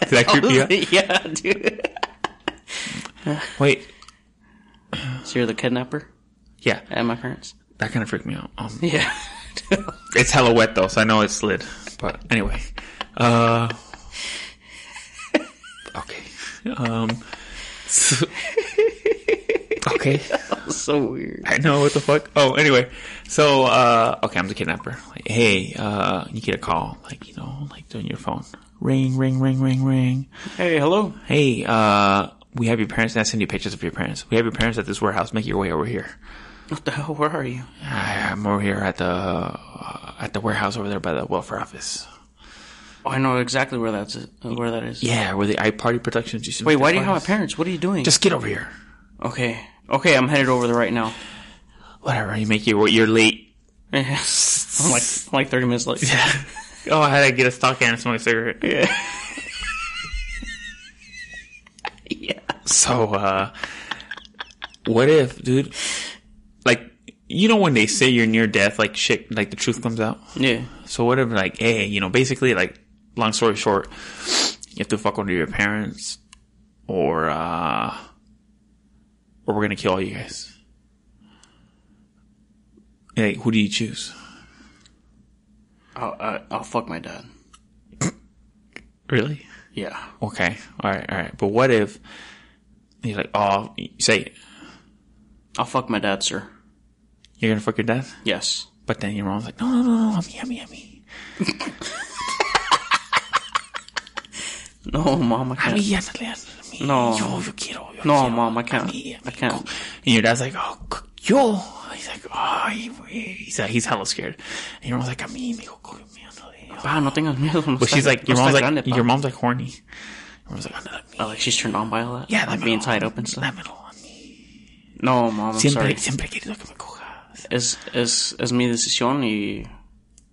Speaker 2: Did that creep you out?
Speaker 1: yeah, dude.
Speaker 2: Wait,
Speaker 1: So you're the kidnapper
Speaker 2: yeah,
Speaker 1: and my parents?
Speaker 2: that kind of freaked me out. Um,
Speaker 1: Yeah.
Speaker 2: it's hella wet though, so I know it slid. But anyway, uh, okay, um, so- okay.
Speaker 1: so weird.
Speaker 2: I know what the fuck. Oh, anyway, so uh, okay, I'm the kidnapper. Like, hey, uh, you get a call, like you know, like doing your phone, ring, ring, ring, ring, ring.
Speaker 1: Hey, hello.
Speaker 2: Hey, uh, we have your parents. And I send you pictures of your parents. We have your parents at this warehouse. Make your way over here.
Speaker 1: What the hell? Where are you?
Speaker 2: I, I'm over here at the uh, at the warehouse over there by the welfare office.
Speaker 1: Oh, I know exactly where that's where that is.
Speaker 2: Yeah, where the I Party Productions used to.
Speaker 1: Wait,
Speaker 2: make
Speaker 1: why do
Speaker 2: their
Speaker 1: you have my
Speaker 2: parties.
Speaker 1: parents? What are you doing?
Speaker 2: Just get over here.
Speaker 1: okay. Okay, I'm headed over there right now.
Speaker 2: Whatever, you make your you're late.
Speaker 1: I'm like I'm like 30 minutes late.
Speaker 2: oh, I had to get a stock and smoke a cigarette.
Speaker 1: Yeah.
Speaker 2: So, uh, what if, dude, like, you know, when they say you're near death, like shit, like the truth comes out.
Speaker 1: Yeah.
Speaker 2: So what if, like, hey, you know, basically, like, long story short, you have to fuck one of your parents, or uh, or we're gonna kill all you guys. Hey, who do you choose?
Speaker 1: I'll, I- I'll fuck my dad.
Speaker 2: Really?
Speaker 1: Yeah.
Speaker 2: Okay. All right. All right. But what if you're like, oh, say it.
Speaker 1: I'll fuck my dad, sir.
Speaker 2: You're gonna fuck your dad?
Speaker 1: Yes.
Speaker 2: But then your mom's like, no, no, no, no, yummy, yummy, yummy,
Speaker 1: No, mom, I
Speaker 2: yummy,
Speaker 1: can't.
Speaker 2: yummy, yummy.
Speaker 1: No.
Speaker 2: Yo, yo quiero, yo
Speaker 1: No,
Speaker 2: quiero,
Speaker 1: mom, I can't.
Speaker 2: yummy,
Speaker 1: I
Speaker 2: yummy.
Speaker 1: can't.
Speaker 2: And your dad's like, oh, c- yo. He's like, oh, he- he's, he's hella scared. And your mom's like, a mí, mijo, coño, mierda.
Speaker 1: Pa, Ah, no tengas miedo. No
Speaker 2: But
Speaker 1: estás-
Speaker 2: she's like,
Speaker 1: no
Speaker 2: your mom's
Speaker 1: estás grande,
Speaker 2: like,
Speaker 1: pa.
Speaker 2: your mom's like horny. Your mom's like, dámelo a
Speaker 1: Oh,
Speaker 2: mí.
Speaker 1: like she's turned on by all that.
Speaker 2: Yeah,
Speaker 1: like
Speaker 2: dámelo.
Speaker 1: being tied up and stuff.
Speaker 2: Dámelo a mí.
Speaker 1: No, mom, I'm
Speaker 2: Siempre,
Speaker 1: sorry.
Speaker 2: siempre he querido que me cojas.
Speaker 1: Es, es, es mi decisión y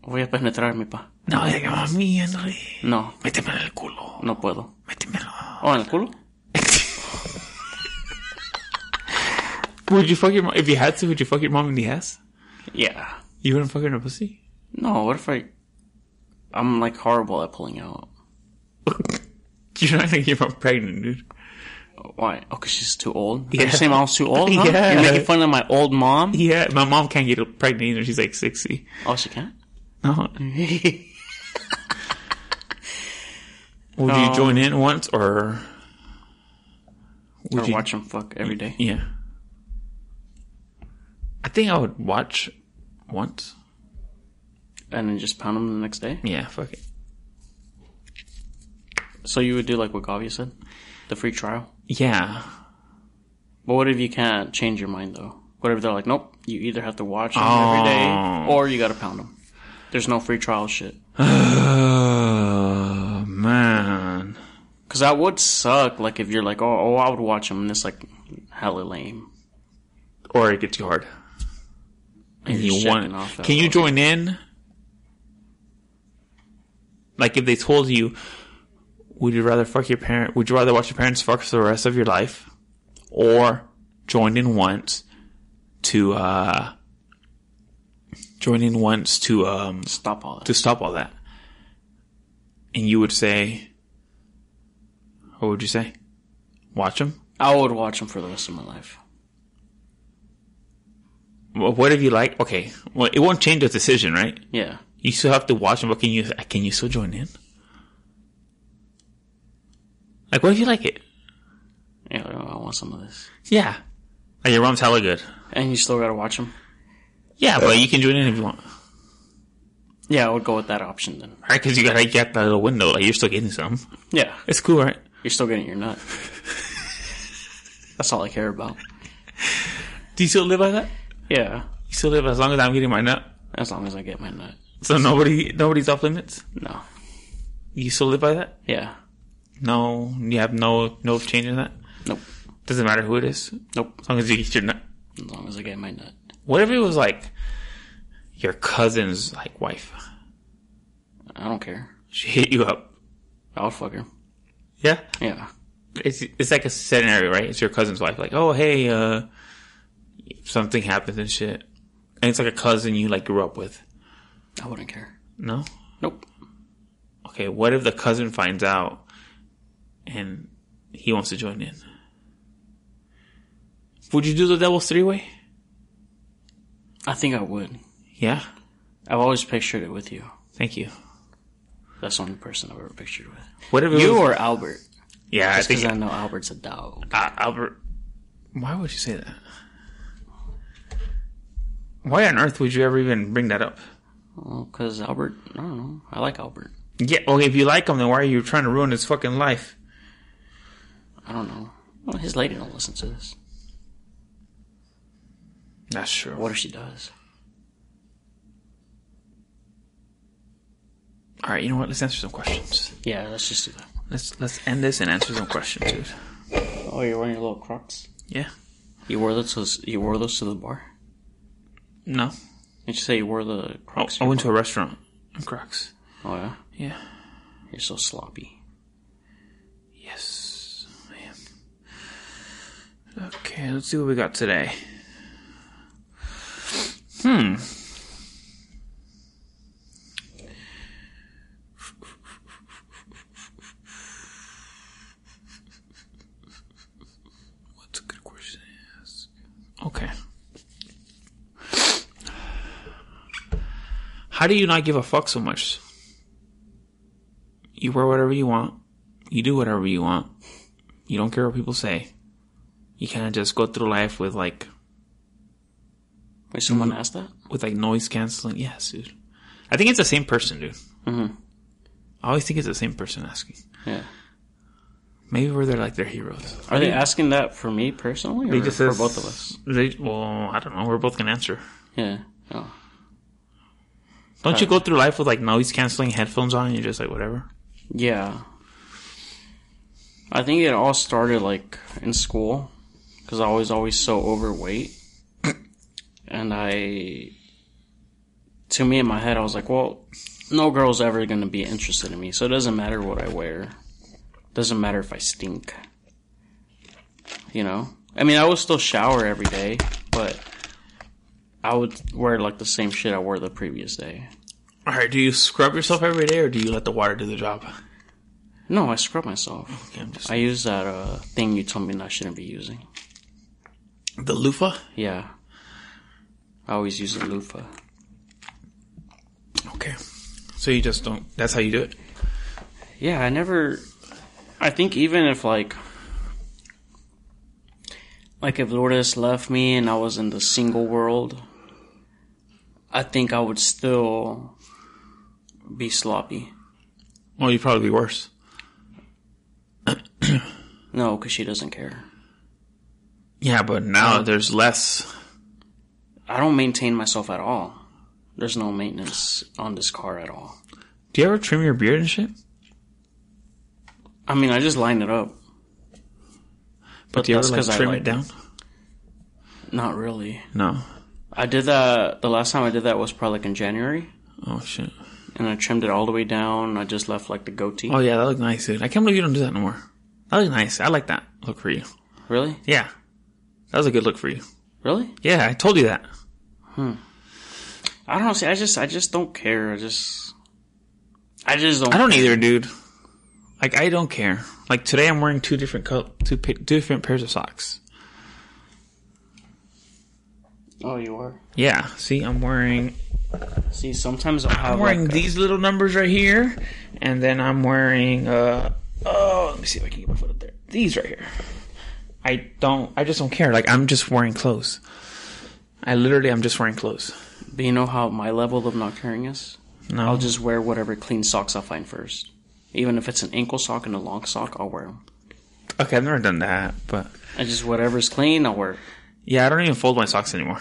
Speaker 1: voy a penetrar mi pa.
Speaker 2: No, y like, a mí, ándale.
Speaker 1: No,
Speaker 2: Métemelo en el culo.
Speaker 1: no puedo.
Speaker 2: Métemelo.
Speaker 1: Oh, en el culo?
Speaker 2: Would you fuck your mom? If you had to, would you fuck your mom in the ass?
Speaker 1: Yeah.
Speaker 2: You wouldn't fuck her in the pussy?
Speaker 1: No, what if I? I'm like horrible at pulling out.
Speaker 2: You're not gonna get mom pregnant, dude.
Speaker 1: Why? Oh, 'cause she's too old. Yeah.
Speaker 2: Yeah.
Speaker 1: You're saying I was too old? Huh?
Speaker 2: Yeah.
Speaker 1: You're making fun of my old mom?
Speaker 2: Yeah, my mom can't get pregnant either. She's like sixty.
Speaker 1: Oh, she can't.
Speaker 2: No. Would
Speaker 1: Oh.
Speaker 2: you join in once or? Would
Speaker 1: Or watch him fuck every day.
Speaker 2: Yeah. I think I would watch once.
Speaker 1: And then just pound him the next day?
Speaker 2: Yeah, fuck it.
Speaker 1: So you would do like what Gavi said? The free trial?
Speaker 2: Yeah.
Speaker 1: But what if you can't change your mind though? What if they're like, nope, you either have to watch him
Speaker 2: Oh.
Speaker 1: every day or you gotta pound him. There's no free trial shit.
Speaker 2: Oh man.
Speaker 1: Cause that would suck, like if you're like, oh, oh I would watch him and it's like hella lame.
Speaker 2: Or it gets you hard.
Speaker 1: And you're
Speaker 2: you
Speaker 1: shacking
Speaker 2: want
Speaker 1: off that
Speaker 2: can you
Speaker 1: low.
Speaker 2: join in like if they told you would you rather fuck your parent would you rather watch your parents fuck for the rest of your life or join in once to uh join in once to um
Speaker 1: Stop all that.
Speaker 2: to stop all that and you would say what would you say watch them
Speaker 1: I would watch him for the rest of my life.
Speaker 2: what if you like okay well it won't change the decision right
Speaker 1: Yeah.
Speaker 2: You still have to watch them, but can you can you still join in? Like, what if you like it?
Speaker 1: Yeah, like, oh, I want some of this.
Speaker 2: Yeah. Like, your mom's hella good.
Speaker 1: And you still gotta watch him?
Speaker 2: Yeah, but you can join in if you want.
Speaker 1: Yeah, I would go with that option then.
Speaker 2: Right? Because you got like, you got that little window. Like, you're still getting some.
Speaker 1: Yeah.
Speaker 2: It's cool, right?
Speaker 1: You're still getting your nut. That's all I care about.
Speaker 2: Do you still live like that?
Speaker 1: Yeah.
Speaker 2: You still live as long as I'm getting my nut.
Speaker 1: As long as I get my nut.
Speaker 2: So nobody nobody's off limits.
Speaker 1: No.
Speaker 2: You still live by that?
Speaker 1: Yeah.
Speaker 2: No, you have no no change in that.
Speaker 1: Nope.
Speaker 2: Doesn't matter who it is,
Speaker 1: Nope.
Speaker 2: as long as you get your nut.
Speaker 1: As long as I get my nut.
Speaker 2: What if it was like your cousin's like wife?
Speaker 1: I don't care.
Speaker 2: She hit you up.
Speaker 1: I'll fuck her.
Speaker 2: Yeah.
Speaker 1: Yeah.
Speaker 2: it's it's like a scenario, right? It's your cousin's wife, like, oh hey, uh, something happens and shit, and it's like a cousin you like grew up with.
Speaker 1: I wouldn't care.
Speaker 2: No,
Speaker 1: Nope.
Speaker 2: okay. What if the cousin finds out, and he wants to join in? Would you do the devil's three way?
Speaker 1: I think I would.
Speaker 2: Yeah,
Speaker 1: I've always pictured it with you.
Speaker 2: thank you.
Speaker 1: That's the only person I've ever pictured with.
Speaker 2: What if it
Speaker 1: You
Speaker 2: was-
Speaker 1: or Albert?
Speaker 2: yeah, I
Speaker 1: Just because
Speaker 2: think
Speaker 1: I know Albert's a dog.
Speaker 2: uh, Albert. Why would you say that? Why on earth would you ever even bring that up?
Speaker 1: Because Albert, I don't know. I like Albert.
Speaker 2: Yeah, okay, if you like him, then why are you trying to ruin his fucking life?
Speaker 1: I don't know. Well, his lady don't listen to this.
Speaker 2: That's true.
Speaker 1: What if she does?
Speaker 2: All right, you know what? Let's answer some questions.
Speaker 1: Yeah, let's just do that.
Speaker 2: Let's let's end this and answer some questions, dude.
Speaker 1: Oh, you're wearing your little Crocs?
Speaker 2: Yeah.
Speaker 1: You wore those. to- You wore those to the bar.
Speaker 2: No.
Speaker 1: Did you say you wore the
Speaker 2: Oh,
Speaker 1: Crocs?
Speaker 2: I went to a restaurant. in Crocs.
Speaker 1: Oh yeah.
Speaker 2: Yeah.
Speaker 1: You're so sloppy.
Speaker 2: Yes, I am. Okay, let's see what we got today. Hmm. What's a good question to ask? Okay. How do you not give a fuck so much? You wear whatever you want. You do whatever you want. You don't care what people say. You kind of just go through life with like
Speaker 1: Wait, someone asked that?
Speaker 2: with like noise canceling. Yes, dude. I think it's the same person, dude. I always think it's the same person asking.
Speaker 1: Mm-hmm. Yeah.
Speaker 2: Maybe we're they're like their heroes.
Speaker 1: Are they asking that for me personally, or
Speaker 2: They just
Speaker 1: for
Speaker 2: says-
Speaker 1: both of us?
Speaker 2: They, well, I don't know. We're both gonna answer.
Speaker 1: Yeah. Oh.
Speaker 2: Don't you go through life with like noise canceling headphones on? and You're just like whatever.
Speaker 1: Yeah. I think it all started like in school because I was always so overweight. and I, to me in my head, I was like, well, no girl's ever going to be interested in me. So it doesn't matter what I wear. Doesn't matter if I stink. You know? I mean, I would still shower every day, but I would wear like the same shit I wore the previous day.
Speaker 2: All right. Do you scrub yourself every day, or do you let the water do the job?
Speaker 1: No, I scrub myself.
Speaker 2: Okay, I'm just
Speaker 1: I use that uh, thing you told me I shouldn't be using.
Speaker 2: the loofah.
Speaker 1: Yeah. I always use a loofah.
Speaker 2: Okay. So you just don't. That's how you do it.
Speaker 1: Yeah, I never. I think even if like, like if Lourdes left me and I was in the single world, I think I would still be sloppy.
Speaker 2: Well, you'd probably be worse.
Speaker 1: No, because she doesn't care.
Speaker 2: Yeah, but now there's less.
Speaker 1: I don't maintain myself at all. There's no maintenance on this car at all.
Speaker 2: Do you ever trim your beard and shit?
Speaker 1: I mean, I just line it up. But,
Speaker 2: Do you ever
Speaker 1: that's
Speaker 2: like
Speaker 1: because I
Speaker 2: trim
Speaker 1: like
Speaker 2: it down?
Speaker 1: Not really.
Speaker 2: No.
Speaker 1: I did that. The last time I did that was probably like in January,
Speaker 2: Oh shit.
Speaker 1: and I trimmed it all the way down. I just left like the goatee.
Speaker 2: Oh yeah, that looked nice, dude. I can't believe you don't do that no more. That looked nice. I like that look for you.
Speaker 1: Really?
Speaker 2: Yeah, that was a good look for you.
Speaker 1: Really?
Speaker 2: Yeah, I told you that.
Speaker 1: I don't see. I just, I just don't care. I just, I just don't.
Speaker 2: I don't either, dude. Like I don't care. Like today, I'm wearing two different col- two, pa- two different pairs of socks.
Speaker 1: Oh, you are.
Speaker 2: Yeah. See, I'm wearing
Speaker 1: See, sometimes I'll have
Speaker 2: I'm wearing
Speaker 1: like a-
Speaker 2: these little numbers right here, and then I'm wearing uh oh, let me see if I can get my foot up there. These right here. I don't. I just don't care. Like I'm just wearing clothes. I literally, I'm just wearing clothes.
Speaker 1: but you know how my level of not caring is.
Speaker 2: No,
Speaker 1: I'll just wear whatever clean socks I find first, even if it's an ankle sock and a long sock. I'll wear them.
Speaker 2: okay. I've never done that, but
Speaker 1: I just whatever's clean, I'll wear. it.
Speaker 2: yeah, I don't even fold my socks anymore.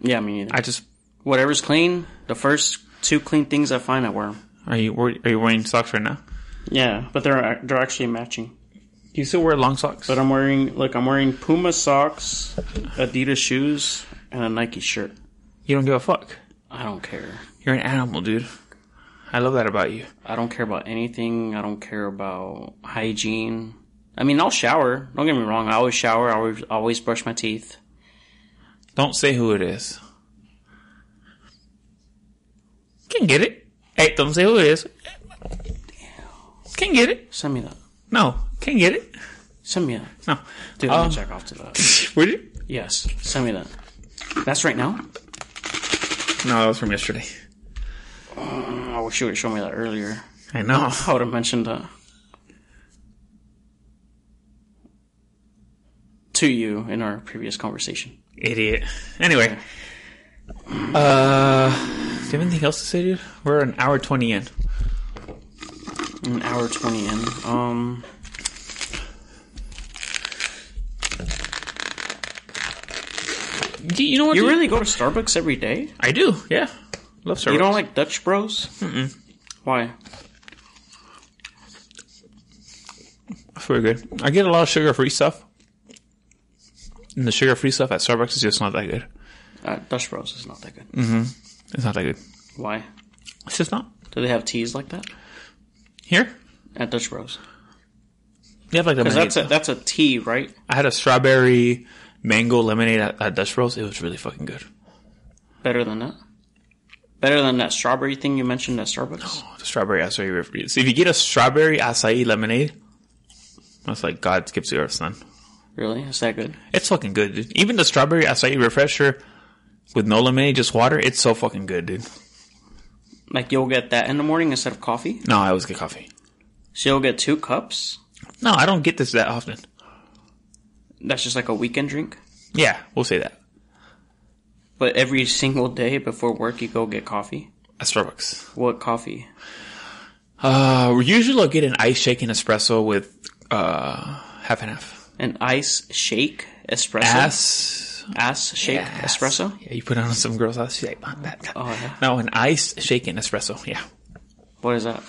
Speaker 1: Yeah, me neither.
Speaker 2: I just
Speaker 1: whatever's clean, the first two clean things I find, I wear 'em.
Speaker 2: are you wor- are you wearing socks right now?
Speaker 1: Yeah, but they're they're actually matching.
Speaker 2: Do you still wear long socks?
Speaker 1: But I'm wearing look, I'm wearing Puma socks, Adidas shoes, and a Nike shirt.
Speaker 2: you don't give a fuck.
Speaker 1: I don't care.
Speaker 2: You're an animal, dude. I love that about you.
Speaker 1: I don't care about anything. I don't care about hygiene. I mean, I'll shower. Don't get me wrong. I always shower. I always, always brush my teeth.
Speaker 2: Don't say who it is. Can get it. Hey, don't say who it is. Can get it.
Speaker 1: Send me that.
Speaker 2: No, can get it.
Speaker 1: Send me that.
Speaker 2: No.
Speaker 1: Dude, I'm
Speaker 2: Um,
Speaker 1: gonna jack off to that.
Speaker 2: Would you?
Speaker 1: Yes, send me that. That's right now.
Speaker 2: No, that was from yesterday.
Speaker 1: Oh, I wish you would have shown me that earlier.
Speaker 2: I know.
Speaker 1: I would have mentioned that to you in our previous conversation.
Speaker 2: Idiot. Anyway. Uh, do you have anything else to say, dude? We're an hour 20 in.
Speaker 1: An hour twenty in. Um,
Speaker 2: Do you know what?
Speaker 1: you
Speaker 2: dude?
Speaker 1: really go to Starbucks every day?
Speaker 2: I do, yeah. Love Starbucks.
Speaker 1: You don't like Dutch Bros? Mm-mm. Why?
Speaker 2: That's pretty good. I get a lot of sugar free stuff. and the sugar free stuff at Starbucks is just not that good.
Speaker 1: Uh, Dutch Bros is not that good.
Speaker 2: Mm. It's not that good.
Speaker 1: Why?
Speaker 2: It's just not.
Speaker 1: Do they have teas like that
Speaker 2: Here?
Speaker 1: at Dutch Bros?
Speaker 2: You have like
Speaker 1: Because
Speaker 2: lemonade.
Speaker 1: that's a that's a tea, right?
Speaker 2: I had a strawberry mango lemonade at, at Dutch Bros. It was really fucking good.
Speaker 1: Better than that. Better than that strawberry thing you mentioned at Starbucks.
Speaker 2: Oh, The strawberry acai refri. So if you get a strawberry acai lemonade, that's like God skips the earth, son.
Speaker 1: Really? Is that good?
Speaker 2: It's fucking good, dude. Even the strawberry acai refresher with no lemonade, just water, it's so fucking good, dude.
Speaker 1: Like you'll get that in the morning instead of coffee.
Speaker 2: No, I always get coffee.
Speaker 1: So you'll get two cups.
Speaker 2: No, I don't get this that often.
Speaker 1: That's just like a weekend drink.
Speaker 2: Yeah, we'll say that.
Speaker 1: But every single day before work, you go get coffee.
Speaker 2: At Starbucks.
Speaker 1: What coffee?
Speaker 2: Uh, usually I'll get an ice shake and espresso with, uh, half and half.
Speaker 1: An ice shake espresso.
Speaker 2: Ass.
Speaker 1: Ass shake
Speaker 2: Yes.
Speaker 1: espresso.
Speaker 2: Yeah, you put on some girl's ass. She's like, "Ah, that, that."
Speaker 1: Oh, yeah.
Speaker 2: No, an ice shake and espresso. Yeah.
Speaker 1: What is that?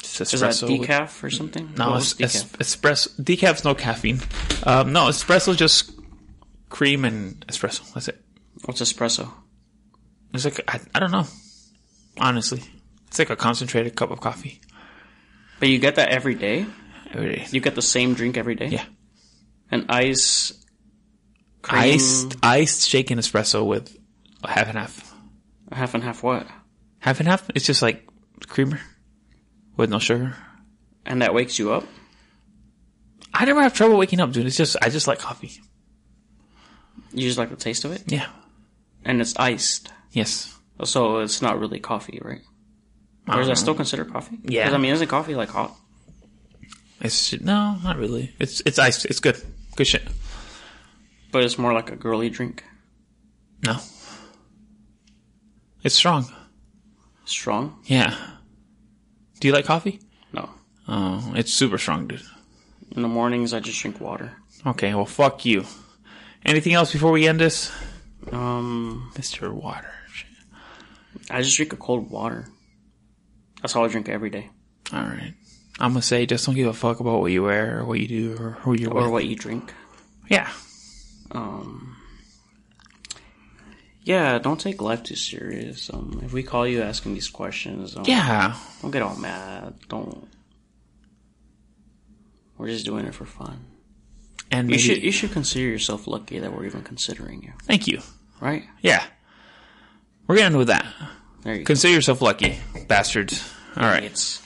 Speaker 2: It's
Speaker 1: Is
Speaker 2: espresso
Speaker 1: that
Speaker 2: with-
Speaker 1: decaf or something?
Speaker 2: No,
Speaker 1: What
Speaker 2: es-
Speaker 1: was
Speaker 2: es- espresso. Decaf's no caffeine. Um, no, espresso just cream and espresso. That's it.
Speaker 1: What's espresso?
Speaker 2: It's like I, I don't know. Honestly, it's like a concentrated cup of coffee
Speaker 1: But you get that every day.
Speaker 2: every day.
Speaker 1: You get the same drink every day.
Speaker 2: Yeah.
Speaker 1: An ice. Cream,
Speaker 2: Iced, iced shake and espresso with half and half.
Speaker 1: half and half. What?
Speaker 2: Half and half. It's just like creamer with no sugar.
Speaker 1: And that wakes you up.
Speaker 2: I never have trouble waking up, dude. It's just I just like coffee.
Speaker 1: You just like the taste of it,
Speaker 2: Yeah.
Speaker 1: and it's iced,
Speaker 2: Yes.
Speaker 1: so it's not really coffee, right? Or is that still considered coffee?
Speaker 2: Yeah.
Speaker 1: 'Cause, I mean, isn't coffee like hot?
Speaker 2: It's no, not really. It's it's iced. It's good. Good shit.
Speaker 1: But it's more like a girly drink.
Speaker 2: No. It's strong.
Speaker 1: Strong?
Speaker 2: Yeah. Do you like coffee?
Speaker 1: No.
Speaker 2: Oh, it's super strong, dude.
Speaker 1: In the mornings, I just drink water.
Speaker 2: Okay, well, fuck you. Anything else before we end this?
Speaker 1: Um,
Speaker 2: Mr. Water.
Speaker 1: I just drink a cold water. That's all I drink every day,
Speaker 2: Alright. I'm gonna say just don't give a fuck about what you wear or what you do or who you're
Speaker 1: or
Speaker 2: with.
Speaker 1: what you drink.
Speaker 2: Yeah.
Speaker 1: Um, yeah, don't take life too serious. Um, if we call you asking these questions, don't,
Speaker 2: Yeah.
Speaker 1: don't get all mad. Don't. We're just doing it for fun.
Speaker 2: And
Speaker 1: You
Speaker 2: maybe,
Speaker 1: should you should consider yourself lucky that we're even considering you,
Speaker 2: thank you.
Speaker 1: right?
Speaker 2: Yeah. We're gonna end with that.
Speaker 1: There you go.
Speaker 2: Consider yourself lucky, bastards. Alright.
Speaker 1: It's-